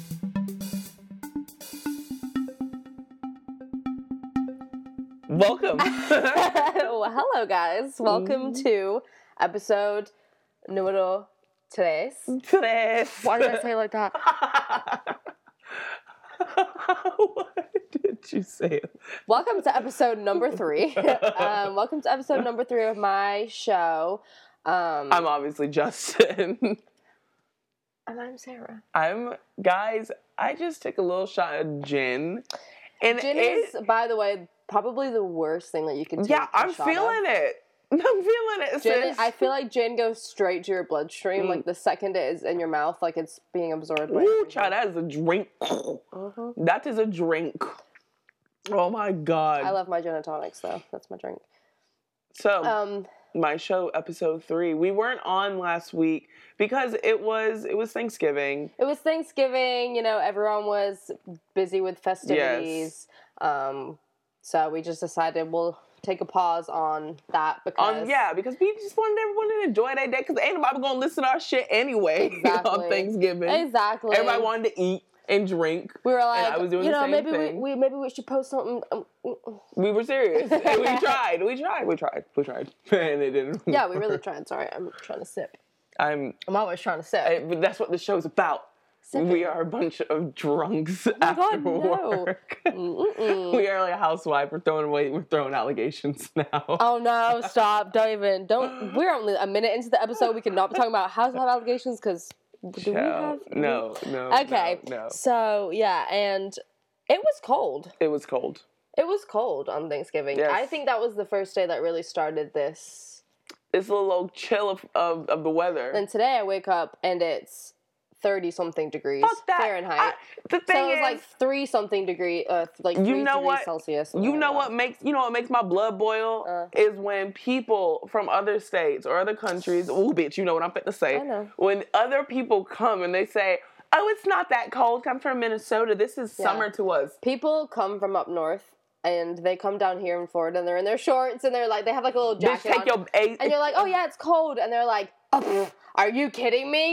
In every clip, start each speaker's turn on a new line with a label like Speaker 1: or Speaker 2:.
Speaker 1: Welcome.
Speaker 2: well, hello, guys. Welcome
Speaker 1: Mm-hmm.
Speaker 2: to episode numero tres.
Speaker 1: Tres.
Speaker 2: Why did I say it like that?
Speaker 1: Why did you say it?
Speaker 2: Welcome to episode number three. um, welcome to episode number three of my show. Um,
Speaker 1: I'm obviously Justin.
Speaker 2: and I'm Sarah.
Speaker 1: I'm guys. I just took a little shot of gin, and
Speaker 2: Gin
Speaker 1: it,
Speaker 2: is, by the way, probably the worst thing that you can take.
Speaker 1: yeah,
Speaker 2: a
Speaker 1: I'm
Speaker 2: shot of.
Speaker 1: feeling it. I'm feeling it.
Speaker 2: Gin,
Speaker 1: sis.
Speaker 2: I feel like gin goes straight to your bloodstream.
Speaker 1: Mm.
Speaker 2: Like the second it is in your mouth, like it's being absorbed. by
Speaker 1: Ooh,
Speaker 2: everything.
Speaker 1: child, that is a drink.
Speaker 2: Mhm.
Speaker 1: That is a drink. Oh my god.
Speaker 2: I love my gin and tonics, though. That's my drink.
Speaker 1: so
Speaker 2: Um,
Speaker 1: my show episode three. We weren't on last week because it was it was Thanksgiving.
Speaker 2: it was Thanksgiving. You know, everyone was busy with festivities. Um, so we just decided we'll take a pause on that because
Speaker 1: Um, yeah, because we just wanted everyone to enjoy that day because ain't nobody gonna listen to our shit anyway
Speaker 2: Exactly.
Speaker 1: on Thanksgiving.
Speaker 2: exactly
Speaker 1: Everybody wanted to eat and drink.
Speaker 2: We were
Speaker 1: I
Speaker 2: like,
Speaker 1: was doing
Speaker 2: you
Speaker 1: the
Speaker 2: know,
Speaker 1: same
Speaker 2: maybe we,
Speaker 1: thing.
Speaker 2: we maybe we should post something. Um, mm, mm.
Speaker 1: We were serious. And we tried. We tried. We tried. We tried. And it didn't.
Speaker 2: yeah, we really tried. Sorry, I'm trying to sip.
Speaker 1: I'm.
Speaker 2: I'm always trying to sip.
Speaker 1: I, but that's what the show's about.
Speaker 2: Sip
Speaker 1: We
Speaker 2: it.
Speaker 1: are a bunch of drunks
Speaker 2: Oh my
Speaker 1: after
Speaker 2: God, no.
Speaker 1: work.
Speaker 2: Mm-mm.
Speaker 1: we are like a housewife. We're throwing away. We're throwing allegations now.
Speaker 2: Oh no! Stop! Don't even. Don't. We're only a minute into the episode. We cannot be talking about housewife allegations because do we have
Speaker 1: Child. no, no.
Speaker 2: Okay.
Speaker 1: No, no.
Speaker 2: So yeah, and it was cold.
Speaker 1: It was cold.
Speaker 2: It was cold on Thanksgiving.
Speaker 1: Yes.
Speaker 2: I think that was the first day that really started this.
Speaker 1: It's a little old chill of, of, of the weather.
Speaker 2: And today I wake up and it's thirty something degrees
Speaker 1: Fuck that.
Speaker 2: Fahrenheit.
Speaker 1: I- the thing
Speaker 2: so it was
Speaker 1: is,
Speaker 2: like three something degree, uh, th- like
Speaker 1: You
Speaker 2: three
Speaker 1: know
Speaker 2: degrees
Speaker 1: what?
Speaker 2: Celsius.
Speaker 1: you know what makes you know what makes my blood boil
Speaker 2: Uh.
Speaker 1: is when people from other states or other countries. Oh, bitch, you know what I'm fit to say.
Speaker 2: I know.
Speaker 1: When other people come and they say, "Oh, it's not that cold. Come from Minnesota. This is
Speaker 2: Yeah.
Speaker 1: summer to us."
Speaker 2: People come from up north and they come down here in Florida and they're in their shorts and they're like they have like a little
Speaker 1: Bitch,
Speaker 2: jacket
Speaker 1: take
Speaker 2: on.
Speaker 1: your a-
Speaker 2: and you're like, oh yeah, it's cold, and they're like, oh, pff, are you kidding me?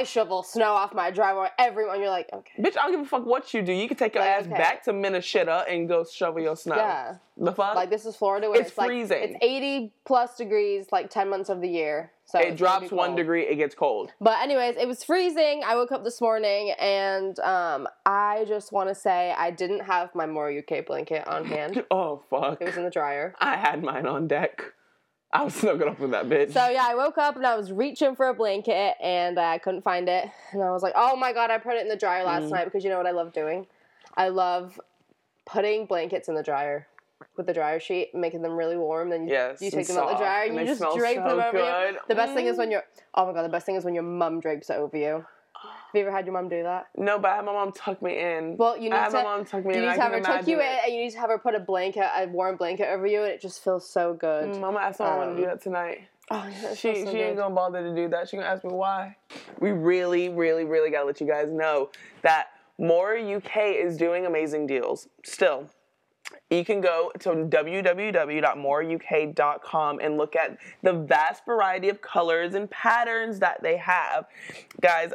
Speaker 2: I shovel snow off my driveway every morning. You're like, okay,
Speaker 1: bitch. I don't give a fuck what you do. You can take your
Speaker 2: Like,
Speaker 1: ass
Speaker 2: okay.
Speaker 1: back to Minnesota and go shovel your snow.
Speaker 2: yeah,
Speaker 1: The fuck.
Speaker 2: like this is Florida where
Speaker 1: It's
Speaker 2: it's, like
Speaker 1: freezing.
Speaker 2: it's 80 plus degrees, like 10 months of the year. So
Speaker 1: it
Speaker 2: it's gonna
Speaker 1: drops
Speaker 2: be
Speaker 1: one
Speaker 2: cold.
Speaker 1: degree. It gets cold.
Speaker 2: But anyways, it was freezing. I woke up this morning and um, I just want to say I didn't have my More UK blanket on hand.
Speaker 1: Oh fuck.
Speaker 2: it was in the dryer.
Speaker 1: I had mine on deck. I was snuggling up with that bitch.
Speaker 2: So yeah, I woke up and I was reaching for a blanket and I couldn't find it. And I was like, "Oh my god, I put it in the dryer last
Speaker 1: Mm.
Speaker 2: night because you know what I love doing? I love putting blankets in the dryer with the dryer sheet, making them really warm. Then you,
Speaker 1: yes.
Speaker 2: you
Speaker 1: and
Speaker 2: take them out the
Speaker 1: soft,
Speaker 2: dryer and
Speaker 1: they
Speaker 2: you just
Speaker 1: smell
Speaker 2: drape
Speaker 1: so
Speaker 2: them over you.
Speaker 1: good.
Speaker 2: The best thing is
Speaker 1: Mm.
Speaker 2: when your oh my god, the best thing is when your mum drapes it over you. Have you ever had your mum do that?
Speaker 1: No, but I had my mom tuck me in.
Speaker 2: Well, you need
Speaker 1: I had Uh, my
Speaker 2: to.
Speaker 1: mom tuck me
Speaker 2: You
Speaker 1: in.
Speaker 2: need
Speaker 1: I
Speaker 2: to have
Speaker 1: can
Speaker 2: her tuck
Speaker 1: imagine
Speaker 2: you in,
Speaker 1: it.
Speaker 2: and you need to have her put a blanket, a warm blanket over you, and it just feels so good.
Speaker 1: Mm, Mama asked someone to do
Speaker 2: Um,
Speaker 1: that tonight.
Speaker 2: Oh, yeah, it
Speaker 1: She
Speaker 2: feels so
Speaker 1: she
Speaker 2: good.
Speaker 1: ain't gonna bother to do that. She gonna ask me why. We really, really, really gotta let you guys know that More UK is doing amazing deals. Still, you can go to www.moreuk.com and look at the vast variety of colors and patterns that they have. Guys,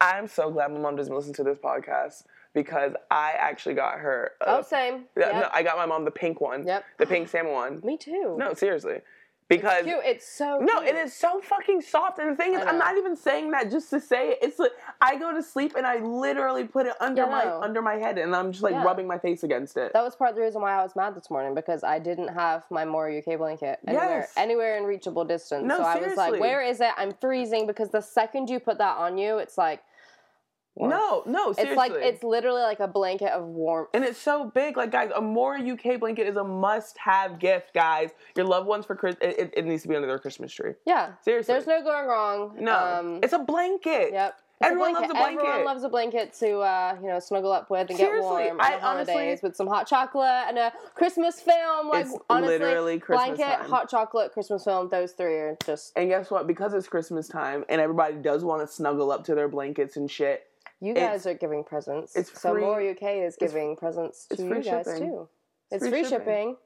Speaker 1: I'm so glad my mom doesn't listen to this podcast because I actually got her. a-
Speaker 2: Oh, same.
Speaker 1: Yeah,
Speaker 2: Yep.
Speaker 1: no, I got my mom the pink one.
Speaker 2: Yep.
Speaker 1: The pink salmon one.
Speaker 2: Me too.
Speaker 1: No, seriously. Because
Speaker 2: Cute. It's so
Speaker 1: no,
Speaker 2: cute.
Speaker 1: it is so fucking soft. And the thing is,
Speaker 2: I
Speaker 1: I'm
Speaker 2: know.
Speaker 1: not even saying that just to say it. It's like I go to sleep and I literally put it under
Speaker 2: Yeah,
Speaker 1: my
Speaker 2: I know.
Speaker 1: under my head, and I'm just like
Speaker 2: Yeah.
Speaker 1: rubbing my face against it.
Speaker 2: That was part of the reason why I was mad this morning because I didn't have my more UK blanket anywhere,
Speaker 1: Yes.
Speaker 2: anywhere in reachable distance.
Speaker 1: No,
Speaker 2: so I was
Speaker 1: seriously.
Speaker 2: like, "Where is it? I'm freezing." Because the second you put that on you, it's like warmth.
Speaker 1: no, no, seriously.
Speaker 2: it's like it's literally like a blanket of warmth.
Speaker 1: and it's so big. Like guys, a more UK blanket is a must-have gift, guys. Your loved ones for Christmas. It, it- it needs to be under their Christmas tree.
Speaker 2: yeah,
Speaker 1: Seriously.
Speaker 2: there's no um, going wrong.
Speaker 1: no, it's a blanket.
Speaker 2: yep. It's
Speaker 1: Everyone loves a blanket.
Speaker 2: Everyone loves a blanket to uh, you know snuggle up with and get
Speaker 1: Seriously,
Speaker 2: warm on
Speaker 1: I
Speaker 2: the holidays
Speaker 1: honestly-
Speaker 2: with some hot chocolate and a Christmas film. Like
Speaker 1: It's
Speaker 2: honestly,
Speaker 1: literally Christmas
Speaker 2: blanket,
Speaker 1: time.
Speaker 2: hot chocolate, Christmas film. Those three are just
Speaker 1: And guess what? Because it's Christmas time and everybody does want to snuggle up to their blankets and shit,
Speaker 2: You
Speaker 1: It's-
Speaker 2: guys are giving presents.
Speaker 1: it's
Speaker 2: so
Speaker 1: free-
Speaker 2: more UK is
Speaker 1: it's-
Speaker 2: giving presents to
Speaker 1: it's free
Speaker 2: you guys
Speaker 1: shipping.
Speaker 2: too. It's,
Speaker 1: free
Speaker 2: free
Speaker 1: shipping.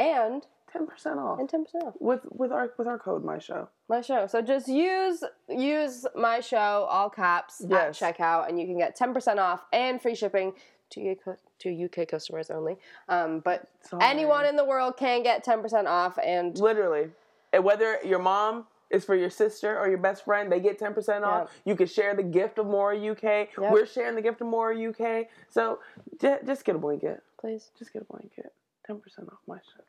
Speaker 2: shipping, and
Speaker 1: 10% off.
Speaker 2: and ten percent off
Speaker 1: with with our with our code my show.
Speaker 2: my show. So just use use my show all caps
Speaker 1: Yes.
Speaker 2: at checkout, and you can get ten percent off and free shipping to UK, to UK customers only. Um, but anyone in the world can get 10% off. And
Speaker 1: Literally. And whether your mom is for your sister or your best friend, they get 10% off. You can share the gift of More UK. We're sharing the gift of More UK. So j- just get a blanket.
Speaker 2: please,
Speaker 1: Just get a blanket. 10% off my shit.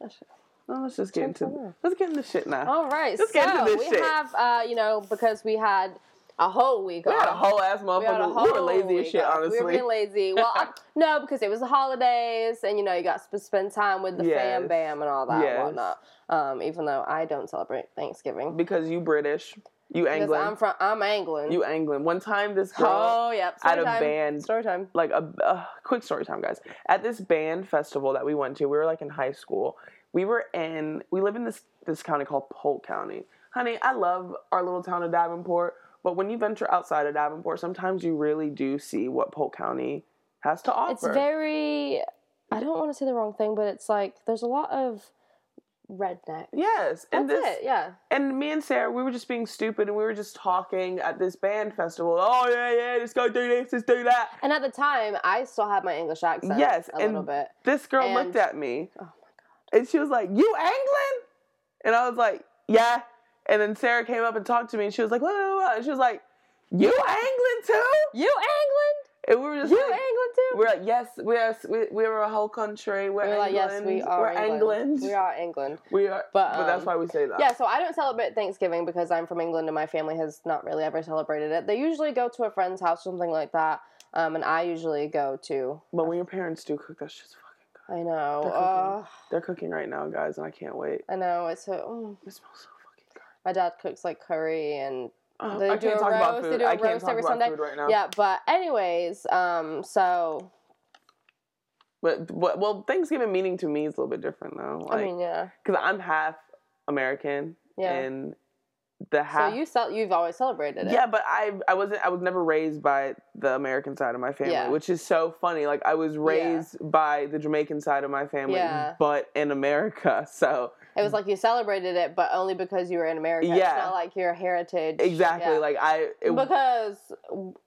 Speaker 2: that's it.
Speaker 1: No, let's just get into
Speaker 2: 10% off. Oh
Speaker 1: let's get into shit now.
Speaker 2: all right.
Speaker 1: Let's
Speaker 2: so
Speaker 1: get into this
Speaker 2: we
Speaker 1: shit.
Speaker 2: have, uh, you know, because we had a whole week.
Speaker 1: We had a
Speaker 2: off.
Speaker 1: whole ass motherfucker.
Speaker 2: We,
Speaker 1: We,
Speaker 2: had a whole
Speaker 1: were lazy as
Speaker 2: week
Speaker 1: shit,
Speaker 2: off.
Speaker 1: honestly.
Speaker 2: We were being lazy. Well, I- no, because it was the holidays, and you know you got to sp- spend time with the
Speaker 1: Yes.
Speaker 2: fam bam and all that
Speaker 1: Yes.
Speaker 2: and whatnot. Um, even though I don't celebrate Thanksgiving
Speaker 1: because you British, you
Speaker 2: because
Speaker 1: England,
Speaker 2: I'm from I'm England.
Speaker 1: you England. One time, this girl,
Speaker 2: oh yep. Story
Speaker 1: at a
Speaker 2: time.
Speaker 1: band.
Speaker 2: Story time.
Speaker 1: like a, a quick story time, guys. At this band festival that we went to, we were like in high school. We were in, we live in this this county called Polk County. Honey, I love our little town of Davenport, but when you venture outside of Davenport, sometimes you really do see what Polk County has to offer.
Speaker 2: It's very. I don't want to say the wrong thing, but it's like there's a lot of redneck.
Speaker 1: yes,
Speaker 2: That's
Speaker 1: and this
Speaker 2: it. Yeah.
Speaker 1: and me and Sarah, we were just being stupid and we were just talking at this band festival. Oh yeah, yeah, let's go do this, let's do that.
Speaker 2: And at the time, I still had my English accent.
Speaker 1: Yes,
Speaker 2: a
Speaker 1: and-
Speaker 2: little bit.
Speaker 1: This girl
Speaker 2: And-
Speaker 1: looked at me
Speaker 2: Oh my god.
Speaker 1: and she was like, "You England?" And I was like, "Yeah." And then Sarah came up and talked to me and she was like, "Blah blah blah," and she was like, "You England too?"
Speaker 2: You England?
Speaker 1: And we were just
Speaker 2: You
Speaker 1: like,
Speaker 2: England too?
Speaker 1: we were like, "Yes, we are. We, we are a whole country. We're,
Speaker 2: We We're like,
Speaker 1: England.
Speaker 2: yes, we are
Speaker 1: We're
Speaker 2: England.
Speaker 1: England.
Speaker 2: We are England.
Speaker 1: We are- But,
Speaker 2: But,
Speaker 1: that's
Speaker 2: um,
Speaker 1: why we say that.
Speaker 2: Yeah, so I don't celebrate Thanksgiving because I'm from England and my family has not really ever celebrated it. They usually go to a friend's house, something like that. Um, and I usually go to,
Speaker 1: But when your parents do cook, that's just fucking good.
Speaker 2: I
Speaker 1: They're
Speaker 2: know, uh,
Speaker 1: cooking. They're cooking right now, guys, and I can't wait.
Speaker 2: I know, it's, a, mm.
Speaker 1: It smells so fucking good.
Speaker 2: my dad cooks like curry and,
Speaker 1: Oh,
Speaker 2: They
Speaker 1: I
Speaker 2: do
Speaker 1: can't
Speaker 2: a
Speaker 1: talk about
Speaker 2: roast, they
Speaker 1: food.
Speaker 2: do a
Speaker 1: I can't
Speaker 2: roast
Speaker 1: talk
Speaker 2: every
Speaker 1: about
Speaker 2: Sunday.
Speaker 1: food right now.
Speaker 2: yeah, but anyways, um, so,
Speaker 1: But, but well, Thanksgiving meaning to me is a little bit different though.
Speaker 2: I
Speaker 1: Like,
Speaker 2: mean, yeah,
Speaker 1: because I'm half American
Speaker 2: yeah.
Speaker 1: and the
Speaker 2: So
Speaker 1: half.
Speaker 2: you cel- you've always celebrated it.
Speaker 1: yeah, but I I wasn't I was never raised by the American side of my family,
Speaker 2: Yeah.
Speaker 1: which is so funny. Like I was raised by the Jamaican side of my family,
Speaker 2: Yeah.
Speaker 1: but in America. So
Speaker 2: It was like you celebrated it, but only because you were in America.
Speaker 1: Yeah.
Speaker 2: It's not like your heritage.
Speaker 1: exactly,
Speaker 2: Yeah.
Speaker 1: like I it,
Speaker 2: because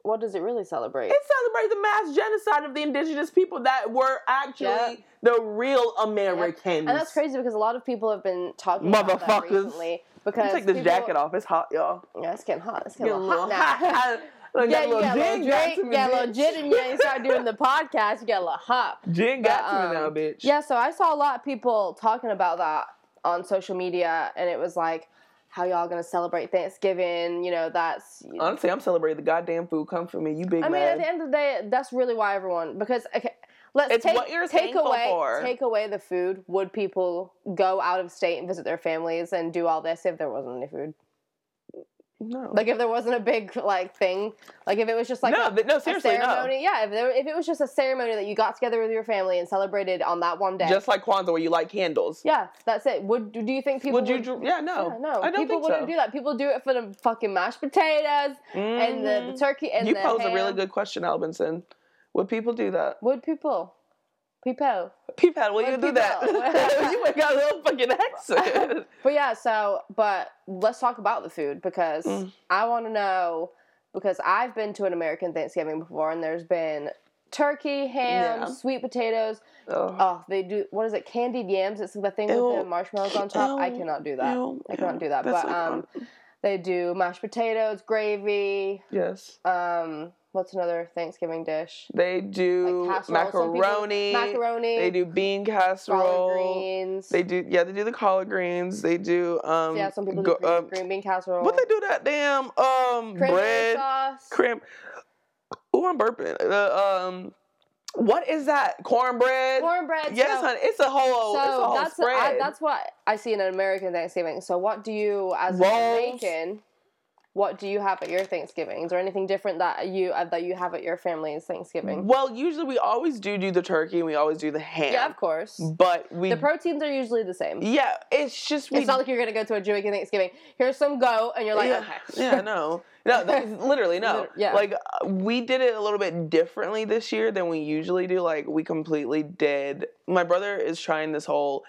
Speaker 2: what does it really celebrate?
Speaker 1: it celebrates the mass genocide of the indigenous people that were actually
Speaker 2: Yeah.
Speaker 1: the real Americans.
Speaker 2: and that's crazy because a lot of people have been talking about that
Speaker 1: Motherfuckers.
Speaker 2: recently.
Speaker 1: Let me
Speaker 2: Because
Speaker 1: take this
Speaker 2: people,
Speaker 1: jacket off. It's hot, y'all.
Speaker 2: Yeah, it's getting hot. It's
Speaker 1: Get
Speaker 2: getting, a little hot now.
Speaker 1: Look,
Speaker 2: yeah,
Speaker 1: that
Speaker 2: you
Speaker 1: little
Speaker 2: got a little
Speaker 1: gin got to
Speaker 2: drink,
Speaker 1: me,
Speaker 2: you got a little
Speaker 1: bitch.
Speaker 2: gin in you, and you start doing the podcast, you get a little hot.
Speaker 1: Gin got
Speaker 2: But,
Speaker 1: to me now,
Speaker 2: um,
Speaker 1: bitch.
Speaker 2: Yeah, so I saw a lot of people talking about that on social media, and it was like, how y'all gonna celebrate Thanksgiving? You know, that's
Speaker 1: Honestly, I'm celebrating the goddamn food. Come for me, you big
Speaker 2: I mean,
Speaker 1: man.
Speaker 2: at the end of the day, that's really why everyone because okay, let's
Speaker 1: It's
Speaker 2: take
Speaker 1: what you're
Speaker 2: take
Speaker 1: thankful
Speaker 2: away
Speaker 1: for.
Speaker 2: take away the food. Would people go out of state and visit their families and do all this if there wasn't any food?
Speaker 1: no,
Speaker 2: Like if there wasn't a big like thing, like if it was just like
Speaker 1: no,
Speaker 2: a,
Speaker 1: th- no,
Speaker 2: a
Speaker 1: seriously,
Speaker 2: ceremony. Yeah, if, there, if it was just a ceremony that you got together with your family and celebrated on that one
Speaker 1: no.
Speaker 2: day.
Speaker 1: Just like Kwanzaa, where you light candles.
Speaker 2: yeah, that's it. Would do you think people
Speaker 1: would you? dr- yeah, no,
Speaker 2: Yeah, no,
Speaker 1: I don't
Speaker 2: people
Speaker 1: think
Speaker 2: wouldn't
Speaker 1: so.
Speaker 2: do that. People do it for the fucking mashed potatoes and the, the
Speaker 1: Mhm.
Speaker 2: turkey and
Speaker 1: you
Speaker 2: the
Speaker 1: pose a really
Speaker 2: ham.
Speaker 1: good question, Albinson. Would people do that?
Speaker 2: Would people? People.
Speaker 1: People, will
Speaker 2: Would
Speaker 1: you do
Speaker 2: people?
Speaker 1: that? you ain't got a little fucking accent.
Speaker 2: But yeah, so but let's talk about the food because
Speaker 1: Mm.
Speaker 2: I want to know because I've been to an American Thanksgiving before and there's been turkey, ham,
Speaker 1: Yeah.
Speaker 2: sweet potatoes.
Speaker 1: Oh,
Speaker 2: Oh, they do what is it? Candied yams. It's the thing
Speaker 1: Ew.
Speaker 2: with the marshmallows on top. I
Speaker 1: Ew.
Speaker 2: cannot do that.
Speaker 1: Ew.
Speaker 2: I cannot do that.
Speaker 1: That's
Speaker 2: but
Speaker 1: like-
Speaker 2: um, they do mashed potatoes, gravy.
Speaker 1: yes,
Speaker 2: Um, what's another Thanksgiving dish?
Speaker 1: they do
Speaker 2: Like casserole. Some people-
Speaker 1: macaroni.
Speaker 2: macaroni.
Speaker 1: They do bean
Speaker 2: collard
Speaker 1: casserole.
Speaker 2: greens.
Speaker 1: They do yeah, they do the collard greens. They do um
Speaker 2: yeah, some people
Speaker 1: go-
Speaker 2: do green,
Speaker 1: um,
Speaker 2: green bean casserole.
Speaker 1: What they do that damn um
Speaker 2: Cranberry
Speaker 1: bread
Speaker 2: sauce.
Speaker 1: crim? Ooh, I'm burping. Uh, um, what is that cornbread?
Speaker 2: cornbread.
Speaker 1: yes,
Speaker 2: so-
Speaker 1: honey, it's a whole. Oh, it's a
Speaker 2: So
Speaker 1: whole
Speaker 2: that's
Speaker 1: spread.
Speaker 2: I, that's what I see in an American Thanksgiving. So what do you as a
Speaker 1: Rolls.
Speaker 2: Jamaican? What do you have at your Thanksgiving? Is there anything different that you uh, that you have at your family's Thanksgiving?
Speaker 1: well, usually we always do do the turkey and we always do the ham.
Speaker 2: Yeah, of course.
Speaker 1: But we
Speaker 2: The proteins are usually the same.
Speaker 1: yeah, it's just we
Speaker 2: It's not like you're gonna go to a Jamaican Thanksgiving. Here's some goat, and you're like,
Speaker 1: yeah,
Speaker 2: okay,
Speaker 1: yeah, no, no, that's literally no.
Speaker 2: Liter- yeah.
Speaker 1: Like uh, we did it a little bit differently this year than we usually do. Like we completely did. My brother is trying this whole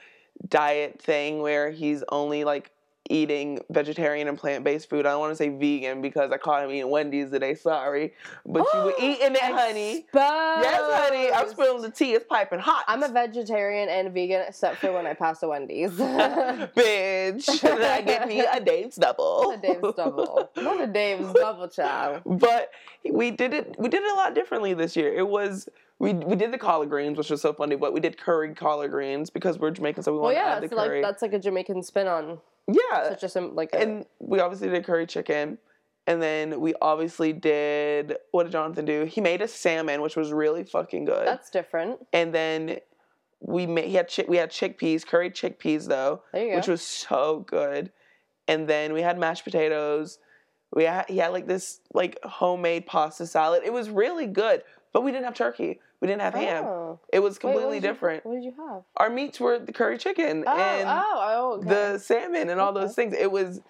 Speaker 1: diet thing where he's only like eating vegetarian and plant based food. I don't want to say vegan because I caught him eating Wendy's today. Sorry, but you were eating it, honey. Yes, honey. I'm spilling the tea. It's piping hot.
Speaker 2: I'm a vegetarian and vegan except for when I pass a Wendy's. a
Speaker 1: bitch. I get me a Dave's double.
Speaker 2: Dave's double. Not a Dave's double, child.
Speaker 1: but we did it. We did it a lot differently this year. It was. We, we did the collard greens, which was so funny, but we did curry collard greens because we're Jamaican, so we
Speaker 2: Well,
Speaker 1: wanted
Speaker 2: yeah,
Speaker 1: to add
Speaker 2: it's
Speaker 1: the
Speaker 2: like
Speaker 1: curry.
Speaker 2: that's like a Jamaican spin on
Speaker 1: yeah,
Speaker 2: such a sim- um, like a,
Speaker 1: Uh, and we obviously did curry chicken and then we obviously did what did jonathan do he made a salmon which was really fucking good
Speaker 2: that's different.
Speaker 1: and then we made he had chick we had chickpeas curry chickpeas though
Speaker 2: There you go.
Speaker 1: which was so good and then we had mashed potatoes we had, he had like this like homemade pasta salad it was really good but we didn't have turkey we didn't have ham
Speaker 2: Oh.
Speaker 1: it was
Speaker 2: Wait, what
Speaker 1: completely
Speaker 2: did you-
Speaker 1: different
Speaker 2: what did you have?
Speaker 1: our meats were the curry chicken
Speaker 2: Oh,
Speaker 1: and
Speaker 2: oh, oh, okay.
Speaker 1: the salmon and all
Speaker 2: Okay.
Speaker 1: those things. It was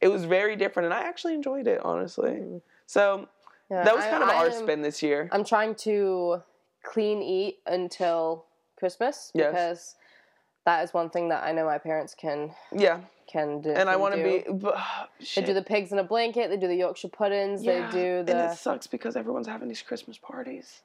Speaker 1: it was very different, and I actually enjoyed it honestly.
Speaker 2: Mm.
Speaker 1: So
Speaker 2: Yeah,
Speaker 1: that was
Speaker 2: I-
Speaker 1: kind of
Speaker 2: I
Speaker 1: our
Speaker 2: am-
Speaker 1: spin this year.
Speaker 2: I'm trying to clean eat until Christmas
Speaker 1: Yes.
Speaker 2: because that is one thing that I know my parents can
Speaker 1: yeah,
Speaker 2: can do.
Speaker 1: and I
Speaker 2: can
Speaker 1: want to
Speaker 2: do.
Speaker 1: be. But,
Speaker 2: They
Speaker 1: shit.
Speaker 2: do the pigs in a blanket. They do the Yorkshire puddings.
Speaker 1: Yeah,
Speaker 2: They do
Speaker 1: and it
Speaker 2: the.
Speaker 1: sucks because everyone's having these Christmas parties,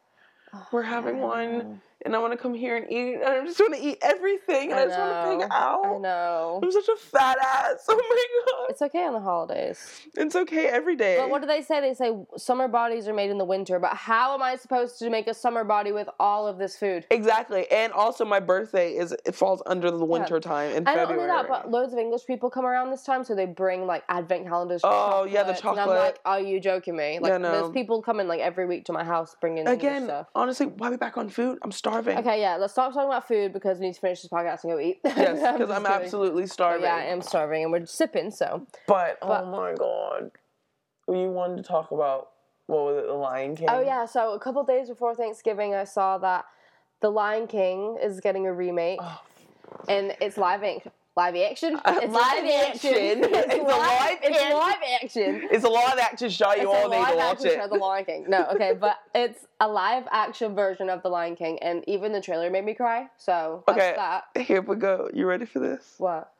Speaker 2: Oh,
Speaker 1: we're having
Speaker 2: I
Speaker 1: one,
Speaker 2: know.
Speaker 1: and I want to come here and eat. And I just want to eat everything, and I,
Speaker 2: I
Speaker 1: just want to pig
Speaker 2: know, I
Speaker 1: out.
Speaker 2: know.
Speaker 1: I'm such a fat ass. Oh my god,
Speaker 2: It's okay on the holidays.
Speaker 1: it's okay every day.
Speaker 2: But what do they say? They say summer bodies are made in the winter. But how am I supposed to make a summer body with all of this food?
Speaker 1: Exactly, and also my birthday is it falls under the winter time in
Speaker 2: I don't
Speaker 1: February.
Speaker 2: only that, but loads of English people come around this time, so they bring like advent calendars.
Speaker 1: Oh, yeah, the
Speaker 2: chocolates, And I'm
Speaker 1: chocolate.
Speaker 2: like, are you joking me? Like,
Speaker 1: Yeah, no.
Speaker 2: there's people coming like every week to my house bringing English
Speaker 1: Again,
Speaker 2: stuff.
Speaker 1: honestly, why we back on food? I'm starving.
Speaker 2: Okay, yeah, let's stop talking about food because we need to finish this podcast and go eat.
Speaker 1: Yes, because
Speaker 2: just
Speaker 1: I'm,
Speaker 2: kidding.
Speaker 1: absolutely
Speaker 2: But
Speaker 1: starving.
Speaker 2: Yeah, I am starving, and we're sipping. So
Speaker 1: But,
Speaker 2: But-
Speaker 1: oh my god, you wanted to talk about what was it, The Lion King?
Speaker 2: Oh yeah, so a couple days before Thanksgiving, I saw that The Lion King is getting a remake,
Speaker 1: Oh.
Speaker 2: and it's live action. Live action.
Speaker 1: Uh,
Speaker 2: It's
Speaker 1: live action. It's
Speaker 2: It's,
Speaker 1: a
Speaker 2: live.
Speaker 1: live
Speaker 2: It's
Speaker 1: action.
Speaker 2: live action.
Speaker 1: It's a live action show. You
Speaker 2: It's a
Speaker 1: all need to
Speaker 2: live
Speaker 1: watch
Speaker 2: action
Speaker 1: it.
Speaker 2: show, The Lion King. No, okay, but it's a live action version of The Lion King, and even the trailer made me cry. So that's
Speaker 1: Okay.
Speaker 2: that.
Speaker 1: Here we go. You ready for this?
Speaker 2: What?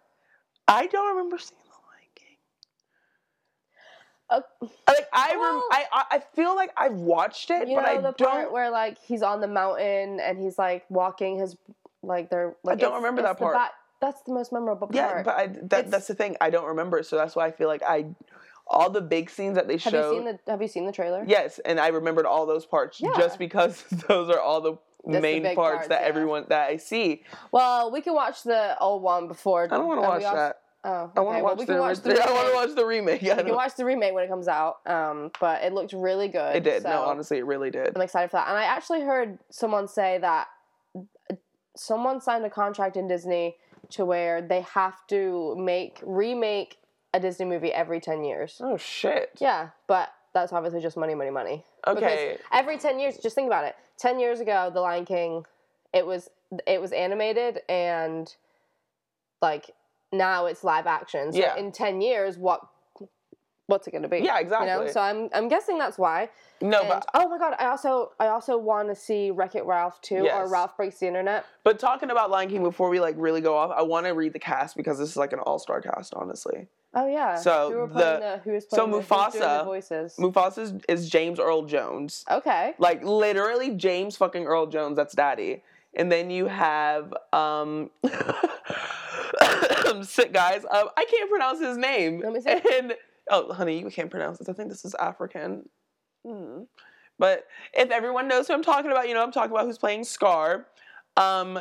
Speaker 1: I don't remember seeing The Lion King.
Speaker 2: Uh,
Speaker 1: Like I, rem-
Speaker 2: Well-
Speaker 1: I, I, I feel like I've watched it,
Speaker 2: you
Speaker 1: but I
Speaker 2: know the
Speaker 1: don't.
Speaker 2: part where like he's on the mountain and he's like walking his like they're like
Speaker 1: don't
Speaker 2: it's-
Speaker 1: remember
Speaker 2: it's
Speaker 1: that
Speaker 2: the
Speaker 1: part.
Speaker 2: back- that's the most memorable part.
Speaker 1: yeah, but I, that,
Speaker 2: It's-
Speaker 1: that's the thing. I don't remember, it, so that's why I feel like I, all the big scenes that they
Speaker 2: have
Speaker 1: showed.
Speaker 2: you seen the Have you seen the trailer?
Speaker 1: Yes, and I remembered all those parts
Speaker 2: Yeah.
Speaker 1: just because those are all the
Speaker 2: the
Speaker 1: main
Speaker 2: big
Speaker 1: parts,
Speaker 2: parts,
Speaker 1: that
Speaker 2: yeah.
Speaker 1: everyone that I see.
Speaker 2: Well, we can watch the old one before.
Speaker 1: I don't want to
Speaker 2: and
Speaker 1: watch
Speaker 2: we also-
Speaker 1: that.
Speaker 2: Oh,
Speaker 1: I want
Speaker 2: okay,
Speaker 1: to
Speaker 2: well,
Speaker 1: watch
Speaker 2: we
Speaker 1: the
Speaker 2: can watch the.
Speaker 1: original. I want to
Speaker 2: remake.
Speaker 1: watch the remake. I
Speaker 2: We can
Speaker 1: don't-
Speaker 2: watch the remake when it comes out. Um, but it looked really good.
Speaker 1: it did.
Speaker 2: so
Speaker 1: No, honestly, it really did.
Speaker 2: I'm excited for that. And I actually heard someone say that uh, someone signed a contract in Disney to where they have to make remake a Disney movie every ten years.
Speaker 1: Oh shit.
Speaker 2: Yeah, but that's obviously just money, money, money.
Speaker 1: Okay.
Speaker 2: Every ten years, just think about it. Ten years ago, The Lion King, it was it was animated and like now it's live action. So
Speaker 1: Yeah.
Speaker 2: in ten years, what what's it gonna be?
Speaker 1: Yeah,
Speaker 2: You know,
Speaker 1: exactly.
Speaker 2: so I'm I'm guessing that's why.
Speaker 1: no,
Speaker 2: And-
Speaker 1: but
Speaker 2: oh my god, I also I also want to see Wreck It Ralph too, or
Speaker 1: Yes.
Speaker 2: Ralph Breaks the Internet.
Speaker 1: but talking about Lion King before we like really go off, I want to read the cast because this is like an all star cast, honestly.
Speaker 2: Oh yeah.
Speaker 1: So
Speaker 2: who were
Speaker 1: the-
Speaker 2: playing the, who was
Speaker 1: so
Speaker 2: playing the, who was doing the
Speaker 1: Mufasa-
Speaker 2: voices?
Speaker 1: Mufasa is James Earl Jones,
Speaker 2: okay.
Speaker 1: like literally James fucking Earl Jones. That's daddy. And then you have um, sick guys. Um, I can't pronounce his name.
Speaker 2: Let me see.
Speaker 1: And oh, honey, you can't pronounce this. I think this is African. Hmm. But if everyone knows who I'm talking about, you know I'm talking about who's playing Scar. Um,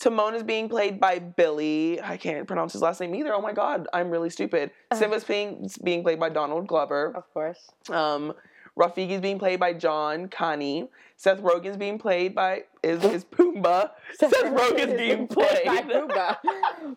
Speaker 1: Timon is being played by Billy. I can't pronounce his last name either. Oh my god, I'm really stupid. Simba's being being played by Donald Glover.
Speaker 2: Uh-huh. Of course.
Speaker 1: Um, Rafiki's being played by John Connie. Seth Rogen's being played by is is Pumbaa. Seth, Rogen's being played.
Speaker 2: by Pumbaa.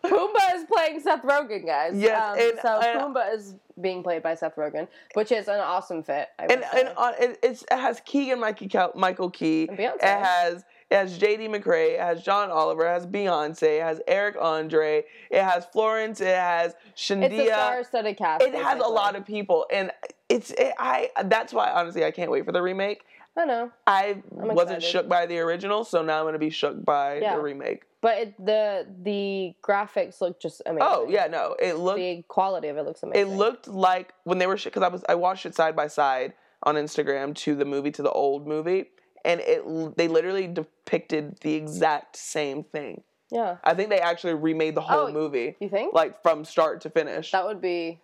Speaker 2: Pumbaa is playing Seth Rogen, guys. Um,
Speaker 1: Yes, and-
Speaker 2: so
Speaker 1: and-
Speaker 2: Pumbaa is being played by Seth Rogen, which is an awesome fit. I would
Speaker 1: and uh,
Speaker 2: say.
Speaker 1: and uh, it, it's, it has Keegan Michael Michael Key.
Speaker 2: And Beyonce.
Speaker 1: It has It has J.D. McRae. It has John Oliver. It has Beyonce. It has Eric Andre. It has Florence. It has Shandia.
Speaker 2: It's a star-studded cast.
Speaker 1: uh, it has a
Speaker 2: basically.
Speaker 1: lot of people, and it's it, I. That's why honestly, I can't wait for the remake.
Speaker 2: I know,
Speaker 1: I
Speaker 2: I'm
Speaker 1: wasn't
Speaker 2: excited.
Speaker 1: shook by the original, so now I'm gonna be shook by
Speaker 2: Yeah.
Speaker 1: the remake.
Speaker 2: but it, the the graphics look just amazing.
Speaker 1: Oh yeah, no, it looked
Speaker 2: the quality of it looks
Speaker 1: it
Speaker 2: amazing.
Speaker 1: looked like when they were because I was I watched it side by side on Instagram to the movie to the old movie, and it l- they literally depicted the exact same thing.
Speaker 2: yeah.
Speaker 1: I think they actually remade the whole
Speaker 2: Oh,
Speaker 1: movie
Speaker 2: You think
Speaker 1: like from start to finish.
Speaker 2: that would be?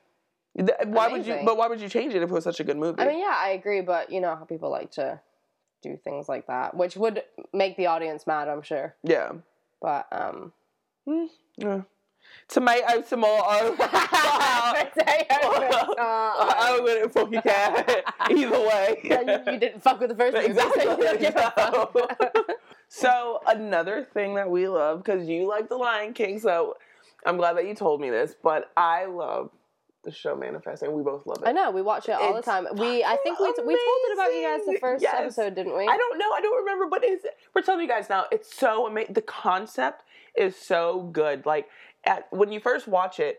Speaker 1: Th- why would you?
Speaker 2: amazing.
Speaker 1: But why would you change it if it was such a good movie?
Speaker 2: I mean, yeah, I agree, but you know how people like to do things like that, which would make the audience mad, I'm sure.
Speaker 1: yeah.
Speaker 2: But um,
Speaker 1: yeah. Tonight I'm some more. I I wouldn't fucking care either way.
Speaker 2: you didn't fuck with the first movie, so you don't give a fuck.
Speaker 1: Exactly. so another thing that we love because you like the Lion King, so I'm glad that you told me this. But I love the show Manifest, and we both love it.
Speaker 2: I know we watch it all
Speaker 1: It's
Speaker 2: the time. We I think we we told it about you guys the
Speaker 1: amazing.
Speaker 2: first
Speaker 1: Yes.
Speaker 2: episode, didn't we?
Speaker 1: I don't know. I don't remember, but it's, we're telling you guys now. It's so amazing. The concept is so good. Like at, when you first watch it,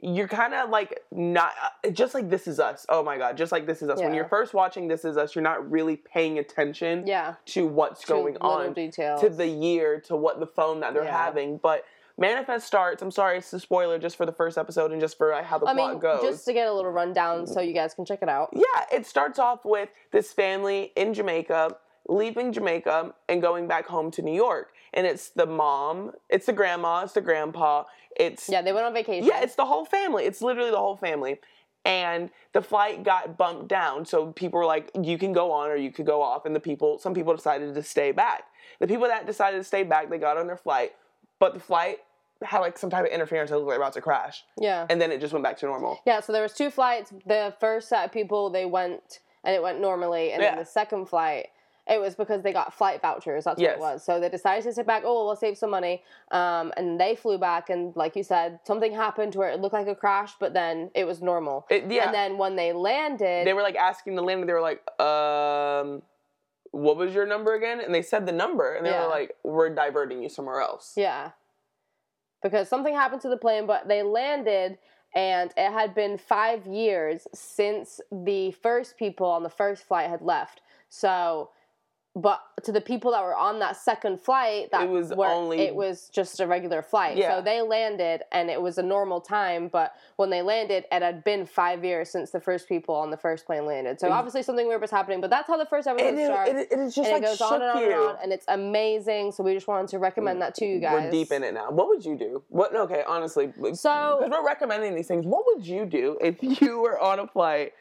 Speaker 1: you're kind of like not uh, just like this is us. Oh my god, just like this is us. When
Speaker 2: Yeah.
Speaker 1: you're first watching this is us, you're not really paying attention
Speaker 2: yeah,
Speaker 1: to what's
Speaker 2: too
Speaker 1: going
Speaker 2: little
Speaker 1: on
Speaker 2: details.
Speaker 1: to the year to what the phone that they're
Speaker 2: Yeah.
Speaker 1: having, but. Manifest starts. I'm sorry, it's a spoiler just for the first episode and just for uh, how the
Speaker 2: I
Speaker 1: plot
Speaker 2: mean,
Speaker 1: goes.
Speaker 2: just to get a little rundown, so you guys can check it out.
Speaker 1: Yeah, it starts off with this family in Jamaica leaving Jamaica and going back home to New York. And it's the mom, it's the grandma, it's the grandpa, it's
Speaker 2: Yeah, they went on vacation.
Speaker 1: yeah, it's the whole family. It's literally the whole family. And the flight got bumped down, so people were like, "You can go on, or you could go off." And the people, some people decided to stay back. The people that decided to stay back, they got on their flight, but the flight had like some type of interference. It looked like it was about to crash,
Speaker 2: yeah,
Speaker 1: and then it just went back to normal.
Speaker 2: yeah. So there was two flights. The first set of people they went and it went normally, and
Speaker 1: Yeah.
Speaker 2: then the second flight. It was because they got flight vouchers. That's
Speaker 1: Yes.
Speaker 2: what it was. So they decided to sit back. Oh, we'll save some money. Um, and they flew back, and like you said, something happened to where it looked like a crash, but then it was normal.
Speaker 1: It, yeah,
Speaker 2: And then when they landed,
Speaker 1: they were like asking the landlord, they were like, um, what was your number again? And they said the number, and they
Speaker 2: Yeah.
Speaker 1: were like, we're diverting you somewhere else.
Speaker 2: Yeah. Because something happened to the plane, but they landed, and it had been five years since the first people on the first flight had left. So, but to the people that were on that second flight, that
Speaker 1: It was
Speaker 2: were,
Speaker 1: only-
Speaker 2: it was just a regular flight.
Speaker 1: Yeah.
Speaker 2: So they landed, and it was a normal time. But when they landed, it had been five years since the first people on the first plane landed. So
Speaker 1: Ex-
Speaker 2: obviously something weird was happening. But that's how the first episode
Speaker 1: And it,
Speaker 2: starts
Speaker 1: it, it is just
Speaker 2: and
Speaker 1: like
Speaker 2: it goes on and on
Speaker 1: shook
Speaker 2: and
Speaker 1: you. Mm.
Speaker 2: on, and it's amazing. So we just wanted to recommend that to you guys.
Speaker 1: We're deep in it now. What would you do? What? Okay, honestly, because
Speaker 2: So
Speaker 1: we're recommending these things. What would you do if you were on a flight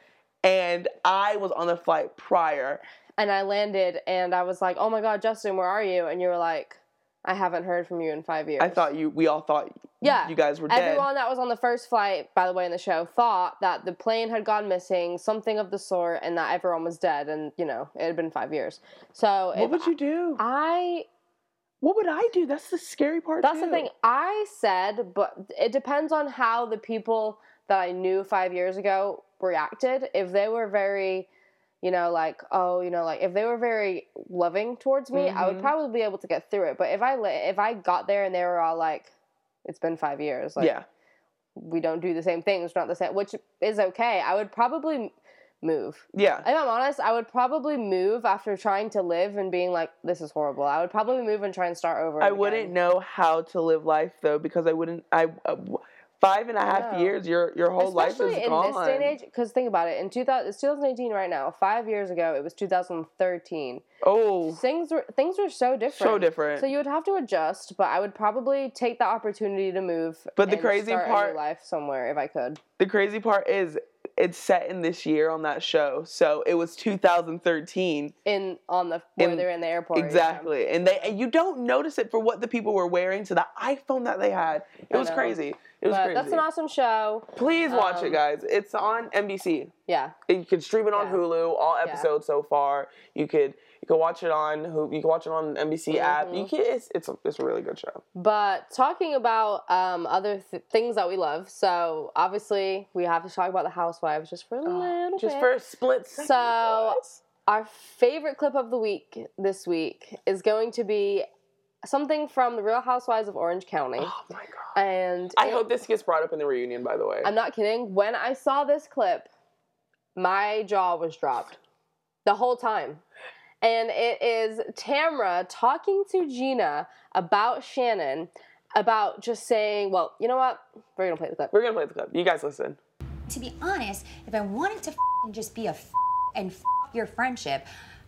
Speaker 1: and I was on the flight prior?
Speaker 2: and I landed, and I was like, "Oh my god, Justin, where are you?" And you were like, "I haven't heard from you in five years."
Speaker 1: I thought you. We all thought.
Speaker 2: Yeah.
Speaker 1: You guys were dead.
Speaker 2: Everyone that was on the first flight, by the way, in the show, thought that the plane had gone missing, something of the sort, and that everyone was dead, and you know it had been five years. So
Speaker 1: what
Speaker 2: if
Speaker 1: would you do?
Speaker 2: I
Speaker 1: what would I do? That's the scary part.
Speaker 2: That's the
Speaker 1: too.
Speaker 2: thing I said, but it depends on how the people that I knew five years ago reacted. If they were very, you know, like, oh, you know, like if they were very loving towards me, I would
Speaker 1: Mhm.
Speaker 2: probably be able to get through it. But if I li- if I got there and they were all like, it's been five years, like
Speaker 1: yeah.
Speaker 2: we don't do the same things, we're not the same, which is okay. I would probably m- move.
Speaker 1: Yeah.
Speaker 2: If I'm honest, I would probably move after trying to live and being like, this is horrible. I would probably move and try and start over.
Speaker 1: I
Speaker 2: again.
Speaker 1: wouldn't know how to live life though because I wouldn't. I uh, w- five and a half
Speaker 2: No.
Speaker 1: years. Your your whole
Speaker 2: Especially
Speaker 1: life is
Speaker 2: in
Speaker 1: gone.
Speaker 2: this day and age, because think about it. In 2000, it's 2018 right now. Five years ago, it was 2013.
Speaker 1: oh,
Speaker 2: Things were things were so different.
Speaker 1: so different.
Speaker 2: So you would have to adjust, but I would probably take the opportunity to move.
Speaker 1: But the
Speaker 2: and
Speaker 1: crazy
Speaker 2: start a new
Speaker 1: part-
Speaker 2: life somewhere if I could.
Speaker 1: the crazy part is it's set in this year on that show. So it was 2013
Speaker 2: In on the where
Speaker 1: In-
Speaker 2: they're in the airport. yeah.
Speaker 1: exactly, and they and you don't notice it for what the people were wearing to the iPhone that they had. It
Speaker 2: I
Speaker 1: was
Speaker 2: know.
Speaker 1: crazy. It was
Speaker 2: but
Speaker 1: crazy.
Speaker 2: that's an awesome show.
Speaker 1: Please watch it,
Speaker 2: um,
Speaker 1: guys. It's on NBC.
Speaker 2: Yeah,
Speaker 1: You can stream it on
Speaker 2: Yeah.
Speaker 1: Hulu. All
Speaker 2: Yeah.
Speaker 1: episodes so far. You could you can watch it on Hulu. You can watch it on NBC app. You
Speaker 2: Mhm.
Speaker 1: can. It's it's a, it's a really good show.
Speaker 2: but talking about um, other th- things that we love. So obviously we have to talk about the Housewives just for a little
Speaker 1: just
Speaker 2: bit.
Speaker 1: for a split second.
Speaker 2: So-
Speaker 1: guys.
Speaker 2: Our favorite clip of the week this week is going to be something from The Real Housewives of Orange County.
Speaker 1: Oh my god.
Speaker 2: And
Speaker 1: I
Speaker 2: it-
Speaker 1: hope this gets brought up in the reunion, by the way.
Speaker 2: I'm not kidding. When I saw this clip, my jaw was dropped the whole time. And it is Tamra talking to Gina about Shannon, about just saying, well, you know what? We're going to play the clip.
Speaker 1: We're gonna play the clip. You guys listen.
Speaker 3: to be honest, if I wanted to f***ing just be a f- and f- your friendship,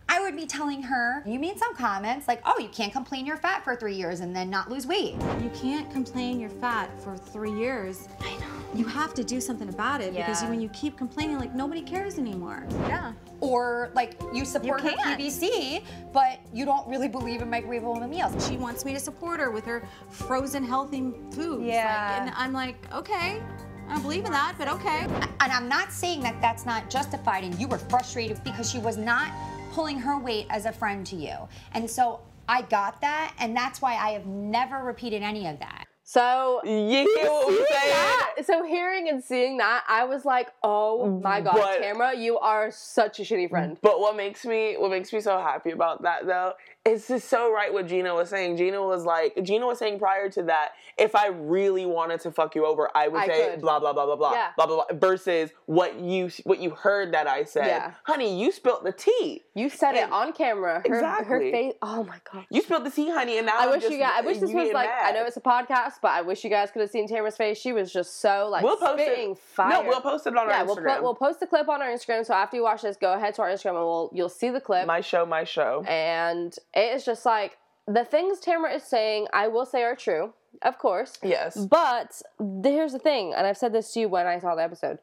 Speaker 3: I would be telling her, you made some comments like, oh, you can't complain you're fat for three years and then not lose weight.
Speaker 4: You can't complain you're fat for three years. I know. You have to do something about it because
Speaker 3: Yeah.
Speaker 4: when you keep complaining, like nobody cares anymore.
Speaker 3: Yeah. Or like, you support her
Speaker 4: can't.
Speaker 3: PVC, but you don't really believe in microwavable meals.
Speaker 4: She wants me to support her with her frozen healthy foods. like,
Speaker 3: Yeah.
Speaker 4: and I'm like, okay, I don't believe in that, but okay.
Speaker 3: And I'm not saying that that's not justified and you were frustrated because she was not pulling her weight as a friend to you. And so I got that, and that's why I have never repeated any of that.
Speaker 2: So,
Speaker 1: You hear what we're saying?
Speaker 2: that- so hearing and seeing that, I was like, oh my God,
Speaker 1: But-
Speaker 2: Tamra, you are such a shitty friend.
Speaker 1: But what makes me what makes me so happy about that though is just so right what Gina was saying. Gina was like Gina was saying prior to that, if I really wanted to fuck you over, I would
Speaker 2: I
Speaker 1: say
Speaker 2: could.
Speaker 1: blah blah blah blah blah
Speaker 2: Yeah.
Speaker 1: blah blah blah versus what you what you heard that I said.
Speaker 2: Yeah.
Speaker 1: Honey, you spilt the tea.
Speaker 2: You said it
Speaker 1: And-
Speaker 2: on camera. Her,
Speaker 1: Exactly.
Speaker 2: Her face, oh my God.
Speaker 1: You spilled the tea, honey, and now
Speaker 2: I
Speaker 1: I'm
Speaker 2: wish
Speaker 1: just,
Speaker 2: you guys. I wish this was
Speaker 1: getting
Speaker 2: like. I
Speaker 1: mad.
Speaker 2: know it's a podcast, but I wish you guys could have seen Tamara's face. She was just so like
Speaker 1: We'll post it.
Speaker 2: spitting fire.
Speaker 1: No, we'll post it on our
Speaker 2: yeah, we'll,
Speaker 1: Instagram.
Speaker 2: put, we'll post the clip on our Instagram. So after you watch this, go ahead to our Instagram and we'll you'll see the clip.
Speaker 1: my show, my show.
Speaker 2: and it is just like the things Tamara is saying. I will say are true, of course.
Speaker 1: yes.
Speaker 2: But here's the thing, and I've said this to you when I saw the episode.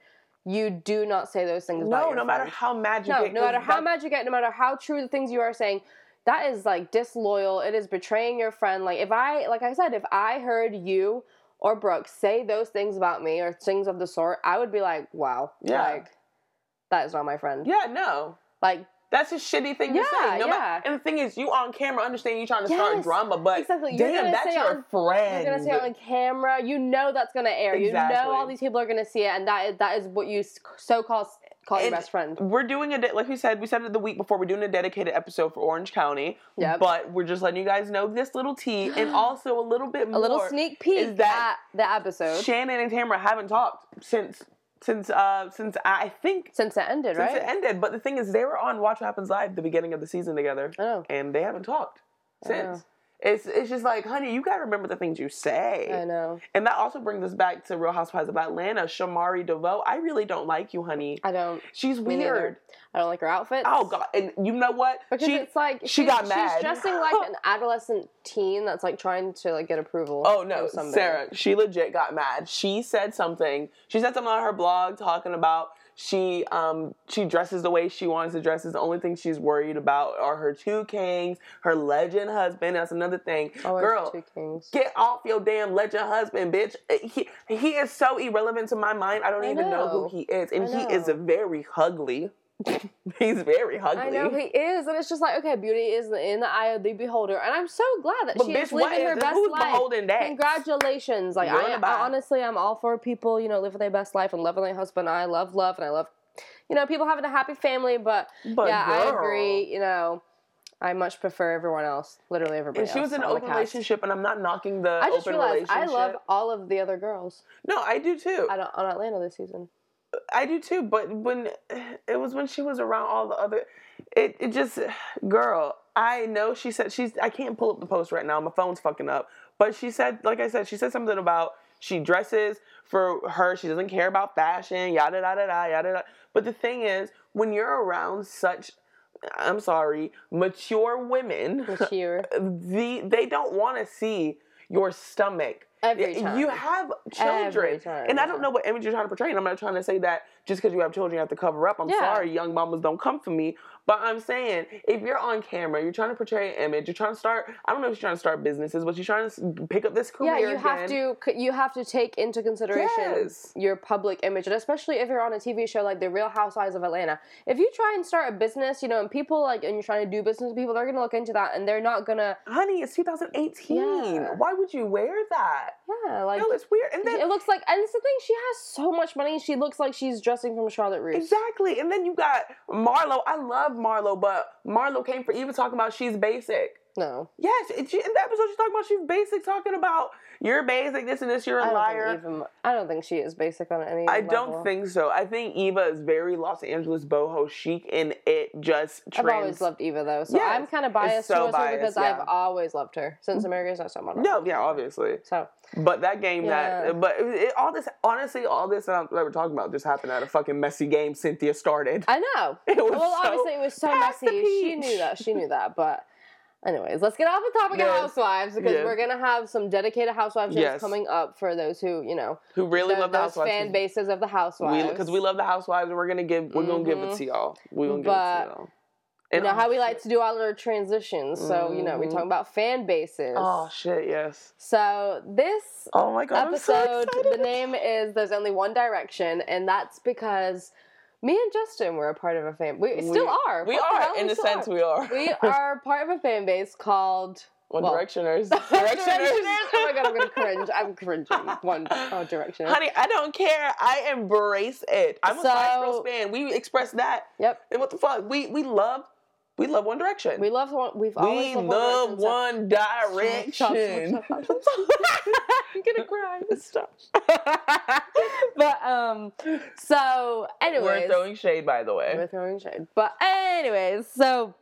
Speaker 2: You do not say those things. about
Speaker 1: No,
Speaker 2: your
Speaker 1: no matter
Speaker 2: friend.
Speaker 1: how mad you
Speaker 2: No,
Speaker 1: get.
Speaker 2: no
Speaker 1: 'cause
Speaker 2: matter how
Speaker 1: that-
Speaker 2: mad you get, no matter how true the things you are saying, that is like disloyal. It is betraying your friend. Like if I, like I said, if I heard you or Brooke say those things about me or things of the sort, I would be like, wow,
Speaker 1: Yeah.
Speaker 2: like that is not my friend.
Speaker 1: Yeah, no.
Speaker 2: Like
Speaker 1: That's a shitty thing to
Speaker 2: Yeah,
Speaker 1: say. No ma-
Speaker 2: yeah.
Speaker 1: and the thing is, you on camera understand you trying to start
Speaker 2: Yes,
Speaker 1: drama, but
Speaker 2: exactly. You're
Speaker 1: damn,
Speaker 2: gonna
Speaker 1: that's
Speaker 2: say
Speaker 1: your
Speaker 2: on-
Speaker 1: friend.
Speaker 2: you're gonna see it on camera. You know that's gonna air. You know
Speaker 1: Exactly.
Speaker 2: all these people are gonna see it, and that is that is what you so call call your
Speaker 1: And-
Speaker 2: best friend.
Speaker 1: we're doing a de- like we said we said it the week before we're doing a dedicated episode for Orange County.
Speaker 2: Yep.
Speaker 1: But we're just letting you guys know this little tea and also a little bit more.
Speaker 2: A little sneak peek
Speaker 1: is that
Speaker 2: at the episode
Speaker 1: Shannon and Tamara haven't talked since since uh since I think
Speaker 2: since it ended,
Speaker 1: since
Speaker 2: right?
Speaker 1: it ended. But the thing is, they were on Watch What Happens Live at the beginning of the season together,
Speaker 2: I know.
Speaker 1: and they haven't talked
Speaker 2: know.
Speaker 1: since. It's it's just like, honey, you gotta remember the things you say.
Speaker 2: I know.
Speaker 1: And that also brings us back to Real Housewives of Atlanta. Shamari DeVoe, I really don't like you, honey.
Speaker 2: I don't.
Speaker 1: She's
Speaker 2: Me neither.
Speaker 1: weird.
Speaker 2: I don't like her outfits.
Speaker 1: Oh god, and you know what?
Speaker 2: Because
Speaker 1: she,
Speaker 2: it's like
Speaker 1: she
Speaker 2: she's-
Speaker 1: got mad.
Speaker 2: She's dressing like an adolescent teen that's like trying to like get approval.
Speaker 1: Oh no,
Speaker 2: from somebody.
Speaker 1: Sarah. She legit got mad. She said something. She said something on her blog talking about she um she dresses the way she wants to dress. Is the only thing she's worried about are her two kings, her legend husband. That's another thing.
Speaker 2: Always
Speaker 1: Girl,
Speaker 2: Oh, two kings.
Speaker 1: get off your damn legend husband, bitch. Eh, He he is so irrelevant to my mind. I don't
Speaker 2: I
Speaker 1: even know.
Speaker 2: know.
Speaker 1: who he is, and
Speaker 2: I
Speaker 1: he is
Speaker 2: know.
Speaker 1: very ugly. He's very ugly.
Speaker 2: I know he is, and it's just like okay, beauty is in the eye of the beholder, and I'm so glad that
Speaker 1: But
Speaker 2: she
Speaker 1: bitch,
Speaker 2: is
Speaker 1: what
Speaker 2: living
Speaker 1: is
Speaker 2: her
Speaker 1: it?
Speaker 2: best
Speaker 1: Who's
Speaker 2: life.
Speaker 1: beholden that?
Speaker 2: Congratulations! Like
Speaker 1: Learn
Speaker 2: I,
Speaker 1: about it.
Speaker 2: I honestly, I'm all for people, you know, living their best life and loving their husband. I love love, and I love, you know, people having a happy family. But,
Speaker 1: But
Speaker 2: yeah, I
Speaker 1: girl.
Speaker 2: agree. You know, I much prefer everyone else, literally everybody.
Speaker 1: And she was
Speaker 2: else
Speaker 1: in an
Speaker 2: on the
Speaker 1: open
Speaker 2: cast.
Speaker 1: relationship, and I'm not knocking the
Speaker 2: I just
Speaker 1: open
Speaker 2: realized I
Speaker 1: relationship.
Speaker 2: love all of the other girls
Speaker 1: No, I do too.
Speaker 2: on, on Atlanta this season.
Speaker 1: I do too, but when it was when she was around all the other, it, it just, girl, I know she said she's, I can't pull up the post right now. My phone's fucking up. But she said, like I said, she said something about she dresses for her, she doesn't care about fashion, yada, yada, yada, yada. yada. But the thing is, when you're around such, I'm sorry, mature women,
Speaker 2: This year,
Speaker 1: the, they don't want to see your stomach.
Speaker 2: Every
Speaker 1: Y-
Speaker 2: time.
Speaker 1: You have children.
Speaker 2: Every time,
Speaker 1: And I
Speaker 2: yeah.
Speaker 1: don't know what image you're trying to portray. And I'm not trying to say that just because you have children, you have to cover up. I'm
Speaker 2: Yeah.
Speaker 1: sorry, young mamas don't come for me. But I'm saying, if you're on camera, you're trying to portray an image, you're trying to start, I don't know if you're trying to start businesses, but you're trying to s- pick up this career.
Speaker 2: yeah, you have
Speaker 1: again.
Speaker 2: to you have to take into consideration
Speaker 1: Yes.
Speaker 2: your public image, and especially if you're on a TV show like The Real Housewives of Atlanta. If you try and start a business, you know, and people like, and you're trying to do business with people, they're gonna look into that, and they're not gonna,
Speaker 1: Honey, it's 2018.
Speaker 2: Yeah.
Speaker 1: Why would you wear that?
Speaker 2: yeah, like.
Speaker 1: No, it's weird. And then
Speaker 2: it looks like, and it's the thing. She has so much money. She looks like she's adjusting from Charlotte Russe.
Speaker 1: Exactly. And then you got Marlo. I love Marlo, but Marlo came for even talking about she's basic.
Speaker 2: No.
Speaker 1: Yes, it, she, in the episode she's talking about she's basic, talking about you're basic, this and this, you're a
Speaker 2: I don't
Speaker 1: liar.
Speaker 2: think even I don't think she is basic on any
Speaker 1: I
Speaker 2: level.
Speaker 1: don't think so. I think Eva is very Los Angeles boho chic, and it just
Speaker 2: I've
Speaker 1: trans.
Speaker 2: always loved Eva though, so
Speaker 1: Yes.
Speaker 2: I'm kind of
Speaker 1: It's
Speaker 2: biased
Speaker 1: so
Speaker 2: towards her
Speaker 1: biased,
Speaker 2: because
Speaker 1: yeah. Mm-hmm.
Speaker 2: I've always loved her since America's Next Top Model.
Speaker 1: No, yeah, obviously.
Speaker 2: So
Speaker 1: But that game,
Speaker 2: Yeah.
Speaker 1: that, but it, it- all this, honestly, all this um, that we're talking about just happened at a fucking messy game Cynthia started.
Speaker 2: I know.
Speaker 1: It was
Speaker 2: well,
Speaker 1: so
Speaker 2: obviously it was so
Speaker 1: past the
Speaker 2: messy. She
Speaker 1: peach.
Speaker 2: knew that. She knew that. But, anyways, let's get off the topic
Speaker 1: Yes.
Speaker 2: of housewives because
Speaker 1: Yes.
Speaker 2: we're gonna have some dedicated housewives shows
Speaker 1: Yes.
Speaker 2: coming up for those who you know
Speaker 1: Who really
Speaker 2: tho-
Speaker 1: love the
Speaker 2: those fan
Speaker 1: housewives?
Speaker 2: bases of the housewives.
Speaker 1: Because we, love the housewives, and we're gonna give, we're gonna give it
Speaker 2: Mhm.
Speaker 1: to y'all. We're gonna
Speaker 2: But,
Speaker 1: give it to y'all.
Speaker 2: you know
Speaker 1: oh,
Speaker 2: how we like
Speaker 1: shit.
Speaker 2: to do all our transitions. So you know we
Speaker 1: Mhm.
Speaker 2: talk about fan bases.
Speaker 1: Oh shit! Yes.
Speaker 2: so this
Speaker 1: Oh my god!
Speaker 2: episode,
Speaker 1: I'm so
Speaker 2: the
Speaker 1: excited.
Speaker 2: name is "There's Only One Direction," and that's because me and Justin were a part of a fan. We, still are.
Speaker 1: We
Speaker 2: What the hell?
Speaker 1: are in a
Speaker 2: still
Speaker 1: sense. We are.
Speaker 2: we are part of a fan base called
Speaker 1: One
Speaker 2: well,
Speaker 1: Directioners.
Speaker 2: Directioners. Oh my
Speaker 1: Directioners.
Speaker 2: god, I'm gonna cringe. I'm cringing. One oh Directioners.
Speaker 1: Honey, I don't care. I embrace it. I'm a
Speaker 2: So-
Speaker 1: Spice Girls fan. We express that.
Speaker 2: Yep.
Speaker 1: And what the fuck? We we love we love One Direction.
Speaker 2: We love one. We've
Speaker 1: We
Speaker 2: always loved
Speaker 1: love
Speaker 2: One.
Speaker 1: One
Speaker 2: Direction. Stop, stop,
Speaker 1: Direction.
Speaker 2: stop, stop, stop,
Speaker 1: I'm gonna cry. Stop.
Speaker 2: Direction. but um, so
Speaker 1: We're
Speaker 2: anyways,
Speaker 1: throwing shade, by the way.
Speaker 2: We're throwing shade. But anyways, so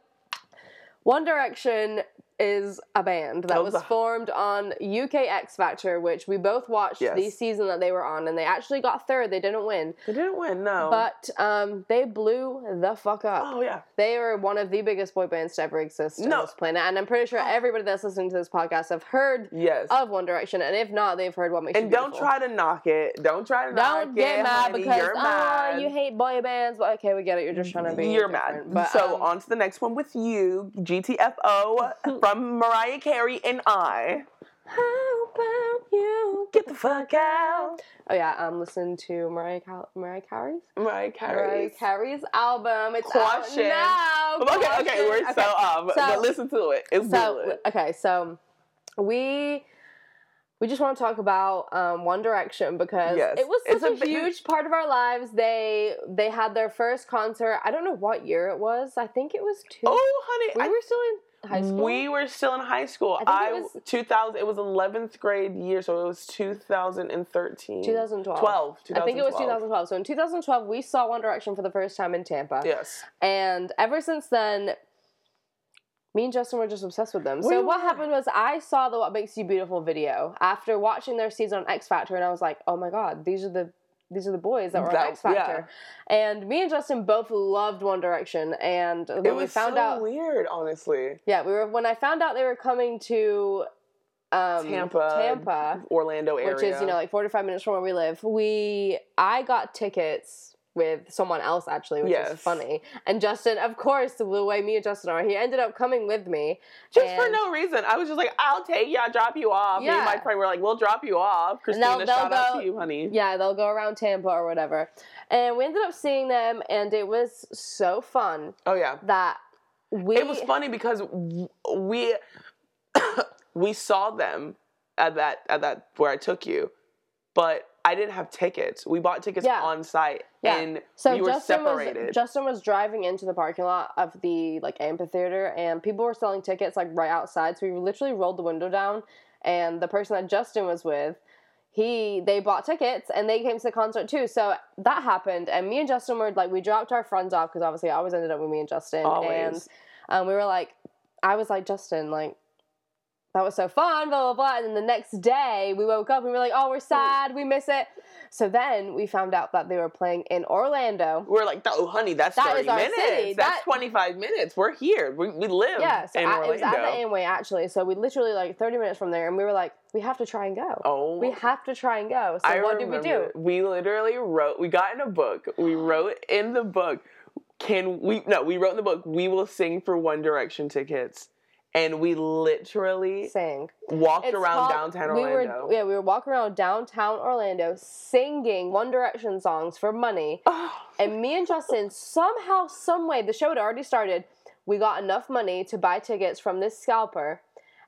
Speaker 2: One Direction is a band that
Speaker 1: Oh,
Speaker 2: was
Speaker 1: the-
Speaker 2: formed on UK X Factor, which we both watched
Speaker 1: Yes.
Speaker 2: the season that they were on, and they actually got third. They didn't win,
Speaker 1: They didn't win, no.
Speaker 2: but um, they blew the fuck up.
Speaker 1: oh yeah.
Speaker 2: They were one of the biggest boy bands to ever exist on
Speaker 1: No. Oh.
Speaker 2: this planet, and I'm pretty sure everybody that's listening to this podcast have heard
Speaker 1: Yes.
Speaker 2: of One Direction, and if not, they've heard what makes
Speaker 1: and
Speaker 2: you
Speaker 1: don't
Speaker 2: Oh, Beautiful.
Speaker 1: try to knock it. Don't try to knock
Speaker 2: Don't
Speaker 1: it.
Speaker 2: get mad
Speaker 1: honey.
Speaker 2: because
Speaker 1: you're
Speaker 2: oh,
Speaker 1: mad.
Speaker 2: you hate boy bands. Well, okay, we get it. You're just trying to be.
Speaker 1: You're
Speaker 2: different.
Speaker 1: mad.
Speaker 2: But,
Speaker 1: so
Speaker 2: um,
Speaker 1: on to the next one with you, GTFO from Mariah Carey and I.
Speaker 2: How about you?
Speaker 1: Get the fuck out,
Speaker 2: Oh yeah, um, listen to Mariah Cal- Mariah Carey's
Speaker 1: Mariah
Speaker 2: Mariah
Speaker 1: Carey.
Speaker 2: Carey's album. It's
Speaker 1: Caution.
Speaker 2: out now.
Speaker 1: Okay, okay,
Speaker 2: Caution.
Speaker 1: we're so off,
Speaker 2: so-
Speaker 1: but listen to it. It's
Speaker 2: So
Speaker 1: good.
Speaker 2: okay, so we we just want to talk about um, One Direction because
Speaker 1: Yes.
Speaker 2: it was
Speaker 1: It's
Speaker 2: such
Speaker 1: a
Speaker 2: a,
Speaker 1: big-
Speaker 2: huge part of our lives. They they had their first concert. I don't know what year it was. I think it was two.
Speaker 1: Oh, honey,
Speaker 2: we
Speaker 1: I
Speaker 2: were still in high school.
Speaker 1: We were still in high school.
Speaker 2: I
Speaker 1: I,
Speaker 2: think it was-
Speaker 1: 2000. It was 11th grade year, so it was 2013.
Speaker 2: 2012.
Speaker 1: 12.
Speaker 2: I think it was
Speaker 1: 2012.
Speaker 2: 2012. So in 2012, we saw One Direction for the first time in Tampa.
Speaker 1: Yes.
Speaker 2: And ever since then, me and Justin were just obsessed with them. So
Speaker 1: We
Speaker 2: what
Speaker 1: were.
Speaker 2: happened was I saw the What Makes You Beautiful video after watching their season on X Factor, and I was like, oh my god, these are the these are the boys that were
Speaker 1: That-
Speaker 2: on X Factor. And me and Justin both loved One Direction, and when
Speaker 1: It
Speaker 2: we
Speaker 1: was
Speaker 2: found
Speaker 1: so
Speaker 2: out,
Speaker 1: weird, honestly.
Speaker 2: yeah, we were when I found out they were coming to um,
Speaker 1: Tampa,
Speaker 2: Tampa,
Speaker 1: Orlando area.
Speaker 2: which is you know like 45 minutes from where we live we i got tickets with someone else actually which is
Speaker 1: Yes.
Speaker 2: funny and justin of course the way me and justin are he ended up coming with me
Speaker 1: just for
Speaker 2: and-
Speaker 1: no reason. I was just like, I'll take you. I'll drop you off. Me and my
Speaker 2: Yeah.
Speaker 1: friend were like, we'll drop you off.
Speaker 2: And they'll-
Speaker 1: Christina, shout
Speaker 2: they'll
Speaker 1: out
Speaker 2: go-
Speaker 1: to you, honey.
Speaker 2: yeah they'll go around tampa or whatever and we ended up seeing them and it was so fun
Speaker 1: Oh yeah.
Speaker 2: that we
Speaker 1: It was funny because w- we we saw them at that at that where I took you, but I didn't have tickets. We bought tickets
Speaker 2: Yeah.
Speaker 1: on site
Speaker 2: Yeah.
Speaker 1: and
Speaker 2: so
Speaker 1: we were
Speaker 2: Justin
Speaker 1: separated.
Speaker 2: was Justin was driving into the parking lot of the like amphitheater, and people were selling tickets like right outside. So we literally rolled the window down, and the person that Justin was with, he they bought tickets and they came to the concert too. So that happened, and me and Justin were like we dropped our friends off because obviously I always ended up with me and Justin,
Speaker 1: Always.
Speaker 2: and um, we were like, I was like Justin, like that was so fun, blah, blah, blah. And then the next day, we woke up and we were like, oh, we're sad, we miss it. So then we found out that they were playing in Orlando.
Speaker 1: we were like, oh, honey, that's
Speaker 2: That
Speaker 1: 30
Speaker 2: is our
Speaker 1: minutes.
Speaker 2: city.
Speaker 1: That's
Speaker 2: That-
Speaker 1: 25 minutes. We're here. We, we live
Speaker 2: Yeah, so
Speaker 1: in
Speaker 2: I, it was
Speaker 1: Orlando.
Speaker 2: at the Amway actually. So we literally like 30 minutes from there, and we were like, we have to try and go.
Speaker 1: oh,
Speaker 2: We have to try and go. So
Speaker 1: I
Speaker 2: what did we do?
Speaker 1: remember. We literally wrote, we got in a book, we wrote in the book, can we, no, we wrote in the book, we will sing for One Direction tickets. And we literally
Speaker 2: Sing.
Speaker 1: walked
Speaker 2: It's
Speaker 1: around
Speaker 2: called-
Speaker 1: downtown
Speaker 2: we were-
Speaker 1: Orlando.
Speaker 2: yeah, we were walking around downtown Orlando singing One Direction songs for money. And me and Justin somehow, some way, the show had already started. We got enough money to buy tickets from this scalper,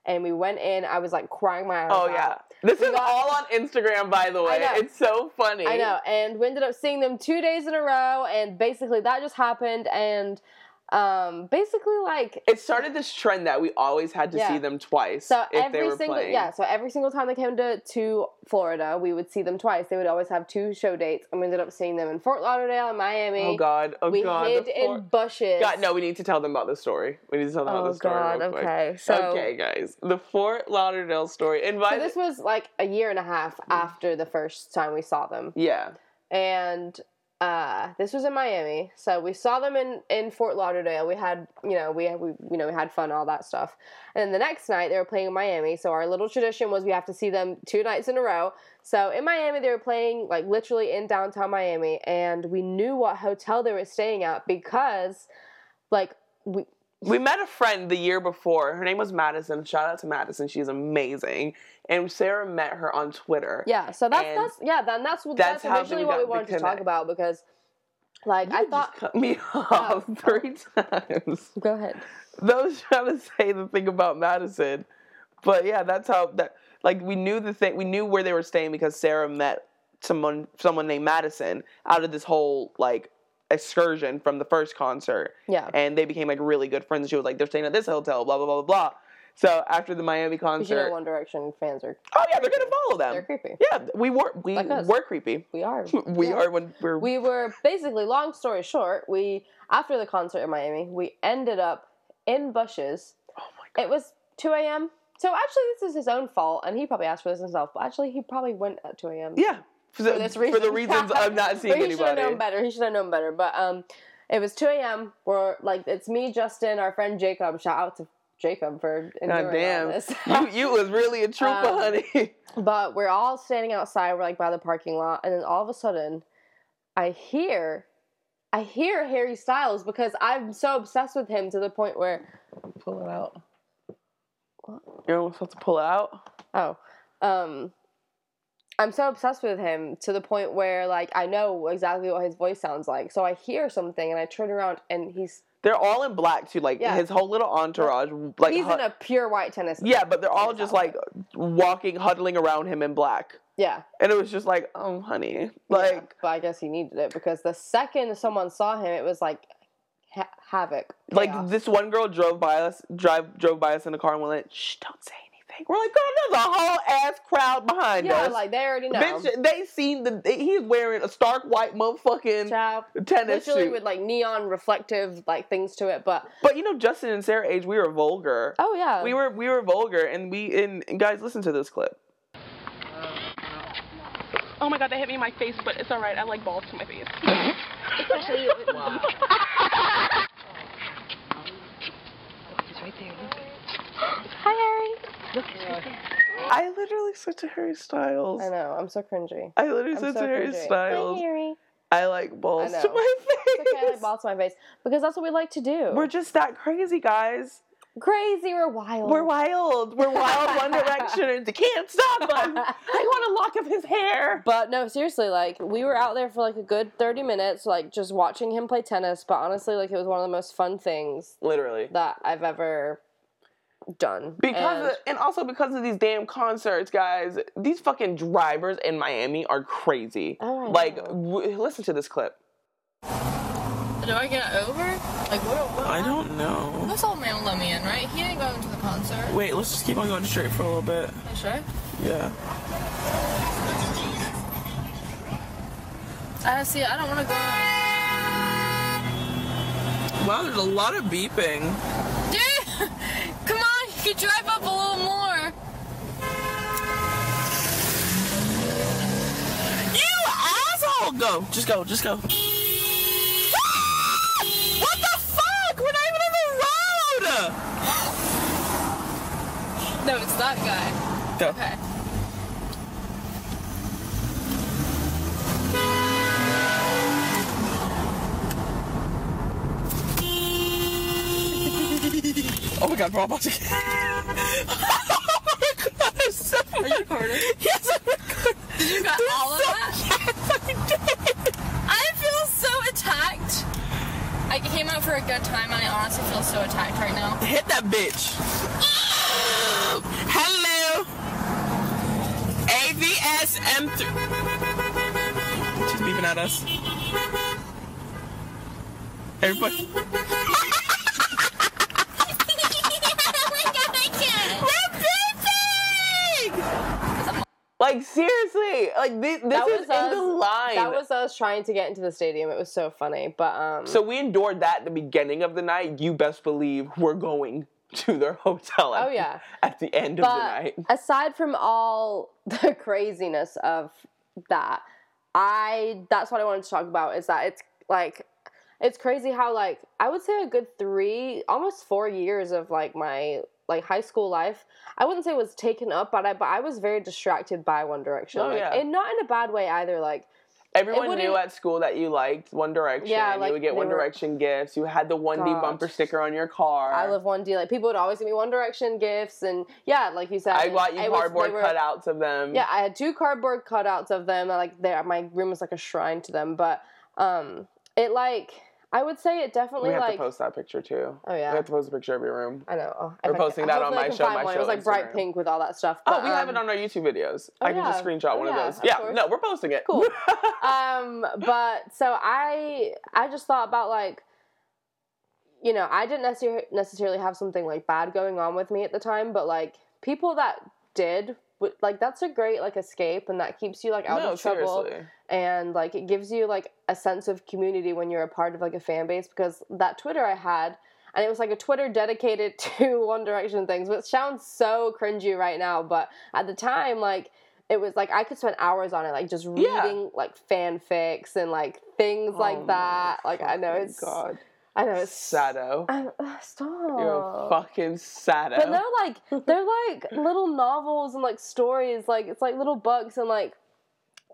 Speaker 2: and we went in. I was like crying my eyes
Speaker 1: Oh
Speaker 2: out.
Speaker 1: yeah, this
Speaker 2: uh, We
Speaker 1: is
Speaker 2: got-
Speaker 1: all on Instagram, by the way.
Speaker 2: know.
Speaker 1: It's so funny.
Speaker 2: I know. And we ended up seeing them two days in a row, and basically that just happened. And um, basically, like,
Speaker 1: It started this trend that we always had to
Speaker 2: Yeah.
Speaker 1: see them twice.
Speaker 2: so
Speaker 1: if
Speaker 2: every
Speaker 1: they were
Speaker 2: single
Speaker 1: playing.
Speaker 2: yeah, so every single time they came to to Florida, we would see them twice. They would always have two show dates, and we ended up seeing them in Fort Lauderdale and Miami.
Speaker 1: Oh God. Oh
Speaker 2: we
Speaker 1: God.
Speaker 2: hid
Speaker 1: the
Speaker 2: in
Speaker 1: Flor-
Speaker 2: bushes.
Speaker 1: God, no, we need to tell them about the story. We need to tell them about
Speaker 2: Oh
Speaker 1: the story.
Speaker 2: God.
Speaker 1: real quick.
Speaker 2: Okay. So
Speaker 1: okay, guys, the Fort Lauderdale story. And by
Speaker 2: So this was like a year and a half
Speaker 1: Mm.
Speaker 2: after the first time we saw them,
Speaker 1: yeah,
Speaker 2: and uh, this was in Miami. So we saw them in, in Fort Lauderdale. We had you know we we you know we had fun all that stuff, and then the next night they were playing in Miami. So our little tradition was we have to see them two nights in a row. So in Miami they were playing like literally in downtown Miami, and we knew what hotel they were staying at because like we
Speaker 1: we met a friend the year before. Her name was Madison. Shout out to Madison. She's amazing. And Sarah met her on Twitter.
Speaker 2: Yeah, so that's
Speaker 1: And
Speaker 2: that's yeah, then that's what
Speaker 1: that's
Speaker 2: that's,
Speaker 1: how
Speaker 2: originally
Speaker 1: they
Speaker 2: what we
Speaker 1: got the
Speaker 2: wanted to talk
Speaker 1: connect.
Speaker 2: about because like I
Speaker 1: You
Speaker 2: thought
Speaker 1: just
Speaker 2: Oh,
Speaker 1: cut me off three times.
Speaker 2: go ahead.
Speaker 1: those trying to say the thing about Madison. But yeah, that's how that like we knew the thing we knew where they were staying because Sarah met someone someone named Madison out of this whole like excursion from the first concert.
Speaker 2: Yeah.
Speaker 1: And they became like really good friends. She was like, They're staying at this hotel, blah blah blah blah blah. So after the Miami
Speaker 2: Because you know
Speaker 1: concert
Speaker 2: One Direction fans are
Speaker 1: Oh yeah, they're gonna follow
Speaker 2: they're
Speaker 1: them.
Speaker 2: creepy.
Speaker 1: Yeah, we were we
Speaker 2: Like us.
Speaker 1: were creepy.
Speaker 2: We are.
Speaker 1: We
Speaker 2: Yeah.
Speaker 1: are when we're
Speaker 2: We were basically long story short, we after the concert in Miami, we ended up in bushes.
Speaker 1: Oh my
Speaker 2: It was two AM. So actually this is his own fault and he probably asked for this himself, but actually he probably went at two AM.
Speaker 1: Yeah. For, the-
Speaker 2: this
Speaker 1: for the
Speaker 2: reason.
Speaker 1: reasons I'm not seeing
Speaker 2: But he should have
Speaker 1: anybody.
Speaker 2: known better. He should have known better. But um, it was 2 a.m. We're like, it's me, Justin, our friend Jacob. Shout out to Jacob for enduring
Speaker 1: God damn.
Speaker 2: all this.
Speaker 1: you you was really a trooper,
Speaker 2: Um,
Speaker 1: honey.
Speaker 2: but we're all standing outside. We're like by the parking lot, and then all of a sudden, I hear, I hear Harry Styles because I'm so obsessed with him to the point where,
Speaker 1: Pull it out. You're almost supposed to pull it out.
Speaker 2: oh, um. I'm so obsessed with him to the point where, like, I know exactly what his voice sounds like. So I hear something and I turn around and he's
Speaker 1: They're all in black too. Like
Speaker 2: Yeah.
Speaker 1: his whole little entourage. Like
Speaker 2: he's
Speaker 1: hu-
Speaker 2: in a pure white tennis.
Speaker 1: yeah, but they're all
Speaker 2: tennis
Speaker 1: just like
Speaker 2: outfit.
Speaker 1: walking, huddling around him in black,
Speaker 2: yeah.
Speaker 1: and it was just like, oh, honey,
Speaker 2: yeah.
Speaker 1: like
Speaker 2: But I guess he needed it because the second someone saw him, it was like ha- havoc.
Speaker 1: like
Speaker 2: chaos.
Speaker 1: this one girl drove by us, drive drove by us in the car and went, shh, don't say anything. We're like, girl, there's a whole ass crowd behind
Speaker 2: yeah,
Speaker 1: us.
Speaker 2: like they already know.
Speaker 1: Bitch, they seen the he's wearing a stark white motherfucking
Speaker 2: Child,
Speaker 1: tennis
Speaker 2: literally
Speaker 1: suit.
Speaker 2: with like neon reflective like things to it, but
Speaker 1: but you know, Justin and Sarah age, we were vulgar.
Speaker 2: oh yeah,
Speaker 1: we were we were vulgar and we and, and guys listen to this clip
Speaker 5: Oh my god, that hit me in my face, but it's alright. I like balls to my face.
Speaker 1: i literally said to harry styles
Speaker 2: I
Speaker 1: i,
Speaker 2: know. I'm so cringy.
Speaker 1: literally
Speaker 2: I'm
Speaker 1: said
Speaker 2: so
Speaker 1: to harry
Speaker 2: cringy.
Speaker 1: styles
Speaker 2: Hi, Harry.
Speaker 1: i like balls
Speaker 2: I
Speaker 1: to
Speaker 2: know.
Speaker 1: my face
Speaker 2: It's okay, I like balls to my face because that's what we like to do.
Speaker 1: we're just that crazy guys
Speaker 2: crazy. We're wild.
Speaker 1: we're wild we're wild one directioners they can't stop us i want a lock of his hair
Speaker 2: But no, seriously, like we were out there for like a good thirty minutes, like just watching him play tennis. But honestly, like it was one of the most fun things
Speaker 1: literally
Speaker 2: that I've ever done.
Speaker 1: because
Speaker 2: And
Speaker 1: and, of, and also because of these damn concerts, guys. These fucking drivers in Miami are crazy.
Speaker 2: Oh, I
Speaker 1: like,
Speaker 2: know.
Speaker 1: w- listen to this clip.
Speaker 6: Do I get over? Like, what? what
Speaker 7: I don't know.
Speaker 6: This old man let me in, right? He ain't going to the concert.
Speaker 7: Wait, let's just keep on going straight for a little bit.
Speaker 6: That's right.
Speaker 7: Yeah.
Speaker 6: I see. I don't want to go. in.
Speaker 7: Wow, there's a lot of beeping.
Speaker 6: Dude, come on. You could drive up a little more.
Speaker 7: You asshole! Go, just go, just go. what the fuck? We're not even on the
Speaker 6: No, it's that guy.
Speaker 7: road! Go.
Speaker 6: Okay.
Speaker 7: Oh my god, we're all about to get. oh my god, I'm so. Are you recording? Yes, I'm recording. Did
Speaker 6: You got all of that. I feel so attacked. I came out for a good time, and I honestly feel so attacked right now.
Speaker 7: Hit that bitch. am through. She's beeping at us. Everybody.
Speaker 1: Like seriously, like this, this
Speaker 2: That
Speaker 1: is
Speaker 2: was
Speaker 1: in the
Speaker 2: us.
Speaker 1: line.
Speaker 2: That was us trying to get into the stadium. It was so funny, but um,
Speaker 1: so we endured that at the beginning of the night. You best believe we're going to their hotel. At,
Speaker 2: Oh, yeah.
Speaker 1: at the end of the
Speaker 2: but
Speaker 1: night.
Speaker 2: aside from all the craziness of that, I that's what I wanted to talk about is that it's like it's crazy how like I would say a good three, almost four years of like my like high school life. I wouldn't say it was taken up, but I but I was very distracted by One Direction,
Speaker 1: Oh,
Speaker 2: like,
Speaker 1: yeah.
Speaker 2: and not in a bad way either. Like
Speaker 1: Everyone knew
Speaker 2: wouldn't-
Speaker 1: at school that you liked One Direction.
Speaker 2: Yeah, like,
Speaker 1: you would get
Speaker 2: they
Speaker 1: One
Speaker 2: were-
Speaker 1: Direction gifts. You had the One D
Speaker 2: God.
Speaker 1: bumper sticker on your car.
Speaker 2: I love One D. Like people would always give me One Direction gifts, and yeah, like you said,
Speaker 1: I got you
Speaker 2: it was-
Speaker 1: cardboard
Speaker 2: they were-
Speaker 1: cutouts of them.
Speaker 2: Yeah, I had two cardboard cutouts of them. I, Like they, my room was like a shrine to them. But um, it like I would say it
Speaker 1: we
Speaker 2: definitely
Speaker 1: have
Speaker 2: like
Speaker 1: to post that picture too.
Speaker 2: Oh, yeah.
Speaker 1: we have to post a picture of your room.
Speaker 2: I know. Oh,
Speaker 1: We're
Speaker 2: if I
Speaker 1: posting
Speaker 2: can-
Speaker 1: that on
Speaker 2: hopefully I
Speaker 1: my
Speaker 2: can
Speaker 1: show,
Speaker 2: find
Speaker 1: my
Speaker 2: one.
Speaker 1: show
Speaker 2: It was like bright
Speaker 1: Instagram.
Speaker 2: pink with all that stuff.
Speaker 1: Oh,
Speaker 2: but,
Speaker 1: we have it
Speaker 2: um,
Speaker 1: on our YouTube videos.
Speaker 2: oh,
Speaker 1: I can just
Speaker 2: yeah.
Speaker 1: screenshot
Speaker 2: Oh,
Speaker 1: one
Speaker 2: yeah,
Speaker 1: of those.
Speaker 2: of
Speaker 1: Yeah,
Speaker 2: course.
Speaker 1: no, we're posting it.
Speaker 2: Cool. um but so i i just thought about like you know i didn't necessarily necessarily have something like bad going on with me at the time but like people that did w- like that's a great like escape and that keeps you like out
Speaker 1: no,
Speaker 2: of trouble
Speaker 1: seriously.
Speaker 2: and like it gives you like a sense of community when you're a part of like a fan base because that Twitter I had and it was like a Twitter dedicated to One Direction things, which sounds so cringy right now, but at the time like it was like I could spend hours on it, like just reading
Speaker 1: Yeah.
Speaker 2: like fanfics and like things
Speaker 1: Oh
Speaker 2: like
Speaker 1: my
Speaker 2: that. Like I know it's
Speaker 1: God,
Speaker 2: I know it's
Speaker 1: Sato.
Speaker 2: I'm, ugh, stop.
Speaker 1: You're a fucking Sato.
Speaker 2: Oh. But they're like they're like little novels and like stories, like it's like little books and like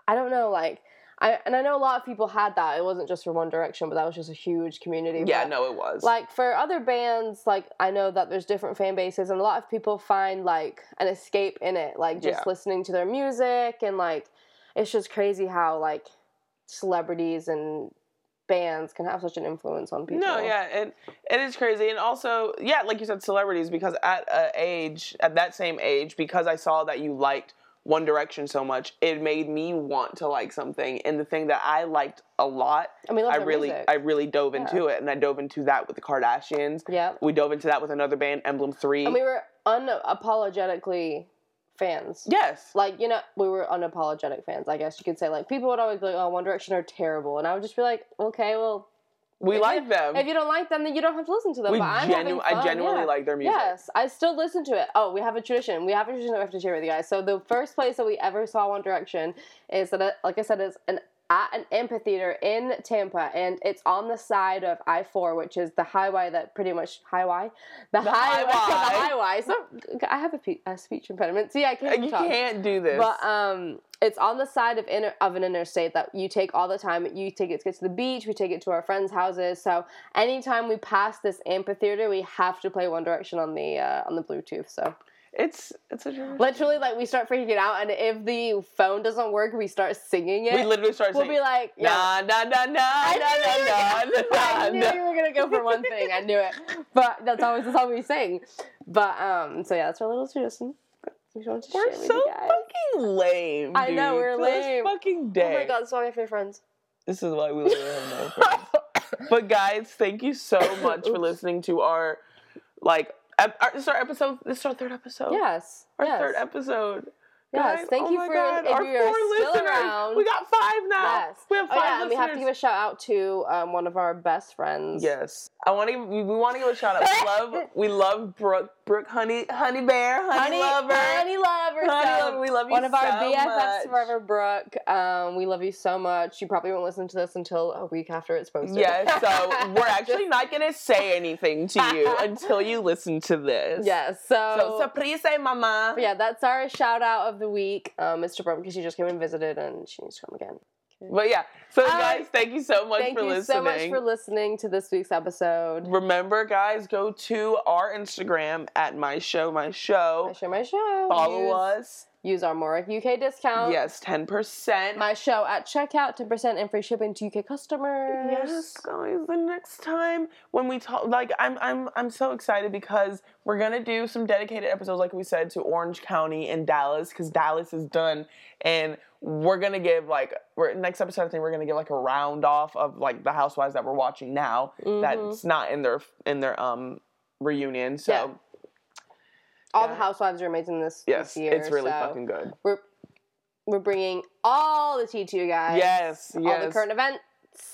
Speaker 2: I don't know, like I and I know a lot of people had that. It wasn't just for One Direction, but that was just a huge community.
Speaker 1: yeah,
Speaker 2: But,
Speaker 1: no, it was.
Speaker 2: Like for other bands, like I know that there's different fan bases, and a lot of people find like an escape in it, like just
Speaker 1: Yeah.
Speaker 2: listening to their music and like it's just crazy how like celebrities and bands can have such an influence on people.
Speaker 1: No, yeah, and it is crazy, and also, yeah, like you said, celebrities. Because at a age, at that same age, because I saw that you liked One Direction so much, it made me want to like something. And the thing that I liked a lot,
Speaker 2: And we love
Speaker 1: I
Speaker 2: their
Speaker 1: really,
Speaker 2: music.
Speaker 1: I really dove into it, and I dove into that with the Kardashians.
Speaker 2: Yeah.
Speaker 1: we dove into that with another band, Emblem Three.
Speaker 2: And we were unapologetically fans.
Speaker 1: yes,
Speaker 2: Like, you know, we were unapologetic fans, I guess you could say. Like, people would always be like, oh, One Direction are terrible. And I would just be like, okay, well,
Speaker 1: we like them.
Speaker 2: if you don't like them, then you don't have to listen to them.
Speaker 1: we
Speaker 2: but I'm having
Speaker 1: genu- I
Speaker 2: fun,
Speaker 1: genuinely
Speaker 2: yeah.
Speaker 1: like their music.
Speaker 2: Yes, I still listen to it. Oh, we have a tradition. We have a tradition that we have to share with you guys. So the first place that we ever saw One Direction is that, uh, like I said, is an at an amphitheater in Tampa, and it's on the side of I four, which is the highway that pretty much highway, the, highway, the highway. So I have a, pe- a speech impediment. See, I can't.
Speaker 1: You
Speaker 2: talk.
Speaker 1: can't do this.
Speaker 2: But um, it's on the side of inter- of an interstate that you take all the time. You take it to get to the beach. We take it to our friends' houses. So anytime we pass this amphitheater, we have to play One Direction on the uh, on the Bluetooth. So
Speaker 1: it's it's a tradition.
Speaker 2: literally, like we start freaking out, and if the phone doesn't work, we start singing it.
Speaker 1: we literally started
Speaker 2: will
Speaker 1: singing.
Speaker 2: be like, yeah.
Speaker 1: Nah, nah, nah, nah,
Speaker 2: I
Speaker 1: nah,
Speaker 2: I
Speaker 1: nah,
Speaker 2: knew
Speaker 1: nah, nah,
Speaker 2: you were gonna go for one thing. I knew it, but that's always the song we sing. But um, so yeah, that's our little tradition. We just wanted to
Speaker 1: We're
Speaker 2: share with
Speaker 1: so
Speaker 2: you guys.
Speaker 1: fucking lame.
Speaker 2: I know,
Speaker 1: dude,
Speaker 2: we're
Speaker 1: to this
Speaker 2: lame.
Speaker 1: fucking
Speaker 2: Oh
Speaker 1: day.
Speaker 2: my god, this is why we have no friends.
Speaker 1: This is why we literally have no friends. But guys, thank you so much for listening to our like. ep- Our, this is our episode. This is our third episode.
Speaker 2: Yes.
Speaker 1: Our
Speaker 2: yes.
Speaker 1: third episode.
Speaker 2: Yes,
Speaker 1: Guys,
Speaker 2: thank
Speaker 1: oh
Speaker 2: you
Speaker 1: my
Speaker 2: for-
Speaker 1: God,
Speaker 2: if
Speaker 1: our
Speaker 2: you are
Speaker 1: four
Speaker 2: still
Speaker 1: listeners.
Speaker 2: around.
Speaker 1: We got five now.
Speaker 2: Yes.
Speaker 1: We have
Speaker 2: Oh,
Speaker 1: five
Speaker 2: yeah, and we have to
Speaker 1: listeners.
Speaker 2: give a shout out to um, one of our best friends.
Speaker 1: Yes, I want to. Give, we want to give a shout out. We love, we love Brooke, Brooke, honey, honey bear, honey,
Speaker 2: Honey
Speaker 1: lover,
Speaker 2: Honey lover.
Speaker 1: Honey
Speaker 2: so
Speaker 1: lover, we love you
Speaker 2: One of our
Speaker 1: so
Speaker 2: BFFs
Speaker 1: much.
Speaker 2: forever, Brooke. Um, we love you so much. You probably won't listen to this until a week after it's posted.
Speaker 1: Yes, so we're actually not gonna say anything to you until you listen to this.
Speaker 2: yes.
Speaker 1: So surprise, eh, mama.
Speaker 2: But yeah, that's uh, our shout out of the week, um, Mr. Brooke, because she just came and visited and she needs to come again.
Speaker 1: But yeah, So,
Speaker 2: All
Speaker 1: guys,
Speaker 2: right.
Speaker 1: thank you so much
Speaker 2: Thank
Speaker 1: for
Speaker 2: you
Speaker 1: listening.
Speaker 2: so much for listening to this week's episode.
Speaker 1: Remember, guys, go to our Instagram at my show, my show.
Speaker 2: My show, my show.
Speaker 1: Follow
Speaker 2: use,
Speaker 1: us.
Speaker 2: Use our Moric UK discount.
Speaker 1: Yes, 10%.
Speaker 2: My show at checkout, 10% and free shipping to UK customers.
Speaker 1: Yes, guys. The next time when we talk, like I'm, I'm, I'm so excited because we're gonna do some dedicated episodes, like we said, to Orange County and Dallas, because Dallas is done, and we're gonna give like we're, next episode. I think we're gonna give like a round off of like the Housewives that we're watching now
Speaker 2: Mm-hmm.
Speaker 1: that's not in their in their um reunion. So
Speaker 2: Yeah. All the
Speaker 1: Yeah.
Speaker 2: housewives are amazing this,
Speaker 1: yes,
Speaker 2: this year.
Speaker 1: it's really
Speaker 2: so
Speaker 1: fucking good.
Speaker 2: We're, we're bringing all the tea to you guys.
Speaker 1: Yes,
Speaker 2: All the
Speaker 1: yes.
Speaker 2: current events.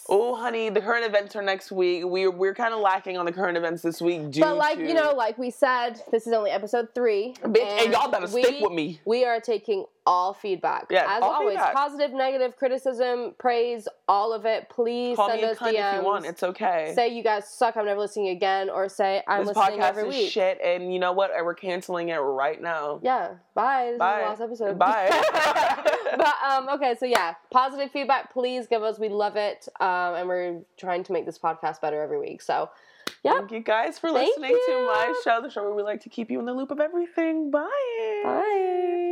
Speaker 1: Oh, honey, the current events are next week. We we're kind of lacking on the current events this week due
Speaker 2: But like
Speaker 1: to
Speaker 2: you know, like we said, this is only episode three.
Speaker 1: Bitch, and y'all better stick with me.
Speaker 2: We are taking all feedback.
Speaker 1: Yeah,
Speaker 2: as
Speaker 1: all
Speaker 2: always,
Speaker 1: feedback.
Speaker 2: positive, negative, criticism, praise, all of it. Please
Speaker 1: call
Speaker 2: send
Speaker 1: me a
Speaker 2: us
Speaker 1: cunt
Speaker 2: DMs.
Speaker 1: if you want. It's okay.
Speaker 2: Say you guys suck. I'm never listening again, or say I'm
Speaker 1: this
Speaker 2: listening
Speaker 1: podcast
Speaker 2: every
Speaker 1: is
Speaker 2: week.
Speaker 1: shit, and you know what? Uh, We're canceling it right now.
Speaker 2: Yeah. Bye. This
Speaker 1: Bye.
Speaker 2: is the last episode.
Speaker 1: Bye.
Speaker 2: but um, okay, so yeah, positive feedback. Please give us. We love it, um, and we're trying to make this podcast better every week. So
Speaker 1: Thank you guys for
Speaker 2: Thank
Speaker 1: listening to my
Speaker 2: you.
Speaker 1: show, the show where we like to keep you in the loop of everything. Bye.
Speaker 2: bye.